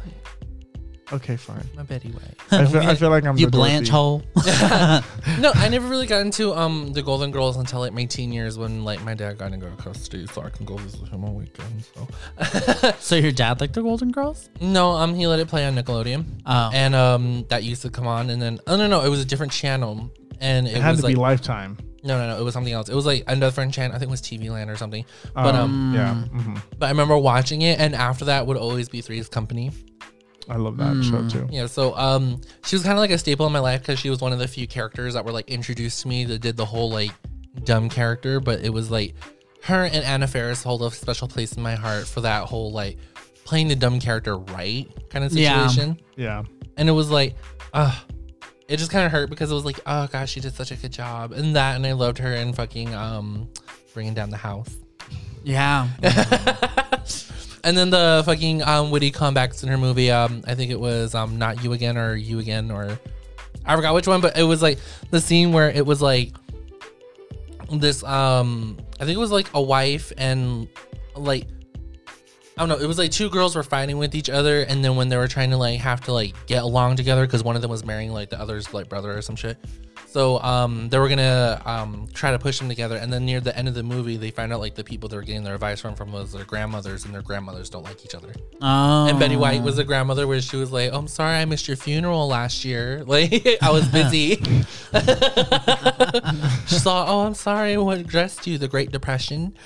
A: Okay, fine.
C: My Betty White.
A: I feel, I feel like I'm
B: E You
A: the
B: Blanche
A: Dorothy.
B: hole.
C: No, I never really got into um the Golden Girls until like my teen years when like my dad got into custody, so I can go visit him on weekends. So
B: so your dad liked the Golden Girls?
C: no, um he let it play on Nickelodeon,
B: Oh.
C: and um that used to come on, and then oh no no it was a different channel, and it,
A: It had
C: was
A: to
C: like
A: be Lifetime.
C: no no no it was something else. It was like another friend channel, I think it was TV Land or something. But um,
A: yeah,
B: Mm.
A: mhm.
C: but I remember watching it, and after that would always be Three's Company.
A: I love that
B: Mm.
A: show too.
C: Yeah, so um, she was kind of like a staple in my life because she was one of the few characters that were like introduced to me that did the whole like dumb character, but it was like her and Anna Faris hold a special place in my heart for that whole like playing the dumb character right kind of
B: Yeah.
C: situation.
A: Yeah,
C: And it was like, ah, it just kind of hurt because it was like, oh gosh, she did such a good job and that, and I loved her and fucking um, bringing down the house.
B: Yeah.
C: And then the fucking um, witty comebacks in her movie. Um, I think it was um, not you again or you again or I forgot which one, but it was like the scene where it was like this um I think it was like a wife and like I don't know. It was like two girls were fighting with each other, and then when they were trying to like have to like get along together, because one of them was marrying like the other's like brother or some shit. So um, they were gonna um try to push them together, and then near the end of the movie, they find out like the people they were getting their advice from from was their grandmothers, and their grandmothers don't like each other.
B: Oh.
C: And Betty White was a grandmother where she was like, oh, "I'm sorry, I missed your funeral last year. Like I was busy." she saw, "Oh, I'm sorry. What dressed you? The Great Depression."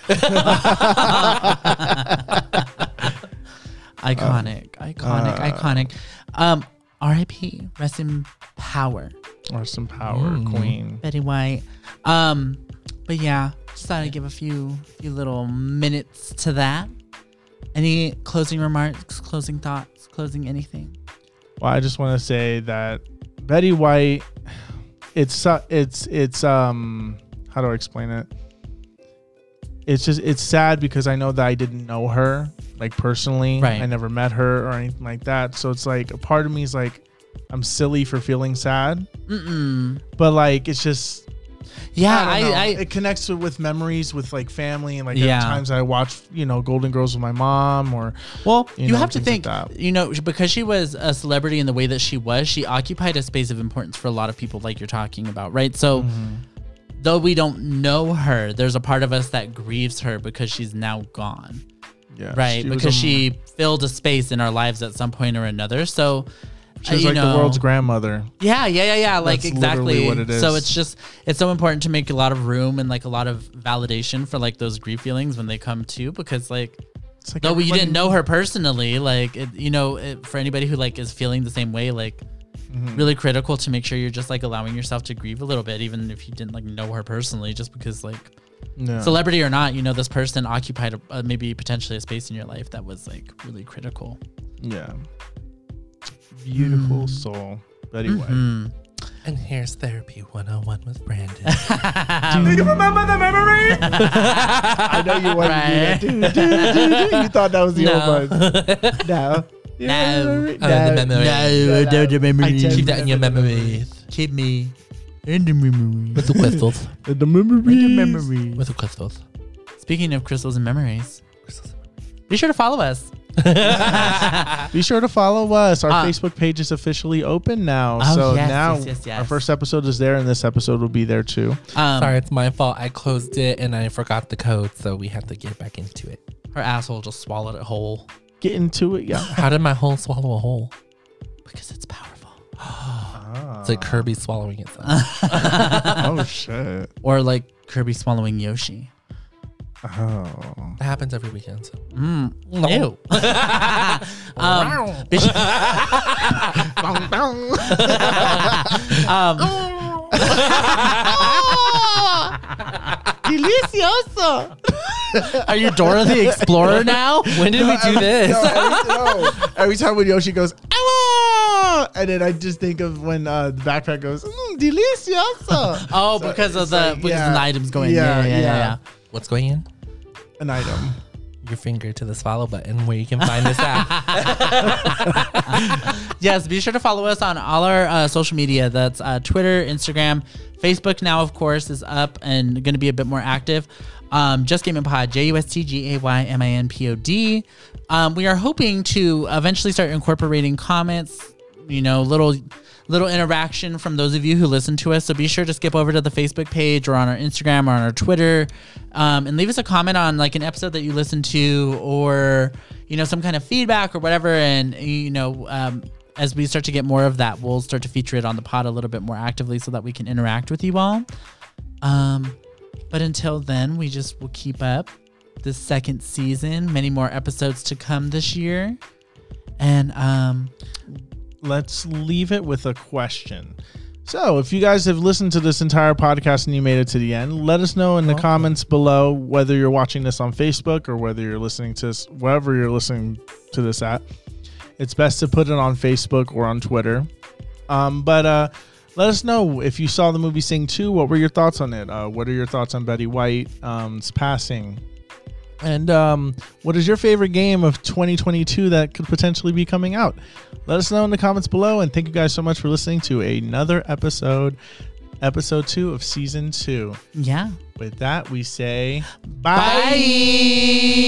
B: iconic, iconic, iconic. Um, R.I.P. Rest in power,
A: or some power
B: Mm.
A: queen.
B: Betty White. Um, but yeah, just thought I'd give a few few little minutes to that. Any closing remarks, closing thoughts, closing anything?
A: Well, I just want to say that Betty White, it's su- it's it's um how do I explain it? It's just it's sad because I know that I didn't know her like personally.
B: Right.
A: I never met her or anything like that. So it's like a part of me is like I'm silly for feeling sad,
B: Mm-mm.
A: but like it's just
B: Yeah,
A: I,
B: I,
A: don't know.
B: I,
A: it connects with, with memories with like family and like
B: Yeah.
A: at times I watch you know Golden Girls with my mom or
B: Well,
A: you
B: you,
A: know,
B: have to
A: things
B: think,
A: like
B: you know, sh- because she was a celebrity in the way that she was, she occupied a space of importance for a lot of people, like you're talking about, right? So,
A: Mm-hmm.
B: though we don't know her, there's a part of us that grieves her because she's now gone,
A: yeah
B: right?
A: she was
B: because
A: a-
B: she filled a space in our lives at some point or another. So,
A: she was
B: Uh, you
A: like
B: know-
A: the world's grandmother
B: yeah, yeah, yeah, yeah. Like
A: That's literally
B: exactly.
A: what it
B: So
A: is.
B: it's just it's so important to make a lot of room and like a lot of validation for like those grief feelings when they come too, because like
A: it's like
B: though we
A: everybody-
B: didn't know her personally like it, you know it, for anybody who like is feeling the same way like
A: Mm-hmm.
B: really critical to make sure you're just like allowing yourself to grieve a little bit even if you didn't like know her personally just because like
A: no.
B: celebrity or not you know this person occupied a, uh, maybe potentially a space in your life that was like really critical
A: yeah beautiful soul but anyway
B: Mm-hmm. Hmm.
C: And here's Therapy 101 with Brandon.
A: I know you wanted to do that do, do, do, do. you thought that was the old one no
B: No.
C: Oh, the memory.
A: No, no. I just-
C: Keep that in your memory.
B: keep me in the memory
C: With the crystals.
A: the memories.
C: With the crystals.
B: speaking of crystals and memories be sure to follow us
A: Be sure to follow us. Our
B: Ah.
A: Facebook page is officially open now.
B: Oh,
A: so
B: yes,
A: now
B: yes, yes, yes.
A: our first episode is there, and this episode will be there too.
B: um
C: Sorry, it's my fault. I closed it and I forgot the code, so we have to get back into it.
B: her asshole just swallowed it whole
A: Get into it, yeah.
C: How did my hole swallow a hole?
B: because it's powerful
C: It's like Kirby swallowing itself.
A: oh shit.
B: or like Kirby swallowing Yoshi.
A: Oh.
C: that happens every weekend. So.
B: Ew. um, be,
A: Delicioso.
B: are you Dora the Explorer now?
C: When did we do this?
A: No, every, no. Every time when Yoshi goes, "Ella," and then I just think of when uh, the backpack goes, mm, "Delicioso."
B: Oh,
A: So
B: because of
A: it's
B: the
A: like,
B: because
A: yeah,
B: of the items going. Yeah, yeah, yeah. yeah,
C: What's going in?
A: An item.
C: Your finger to the swallow button where you can find us at.
B: Yes, be sure to follow us on all our uh, social media. That's uh, Twitter, Instagram, Facebook. Now, of course, is up and going to be a bit more active. Um, Just Gaming Pod, J U S T G A Y M I N P O D. Um, we are hoping to eventually start incorporating comments. You know, little little interaction from those of you who listen to us. So be sure to skip over to the Facebook page or on our Instagram or on our Twitter um, and leave us a comment on like an episode that you listened to or, you know, some kind of feedback or whatever. And, you know, um, as we start to get more of that, we'll start to feature it on the pod a little bit more actively so that we can interact with you all. Um, but until then, we just will keep up this second season. Many more episodes to come this year. And um,
A: let's leave it with a question. So, if you guys have listened to this entire podcast and you made it to the end, let us know in the comments below whether you're watching this on Facebook or whether you're listening to this, wherever you're listening to this at. It's best to put it on Facebook or on Twitter. Um, but uh, let us know if you saw the movie Sing 2, what were your thoughts on it? Uh, what are your thoughts on Betty White's passing? And um, what is your favorite game of 2022 that could potentially be coming out? Let us know in the comments below. And thank you guys so much for listening to another episode, episode two of season two.
B: yeah.
A: With that, we say
B: Bye.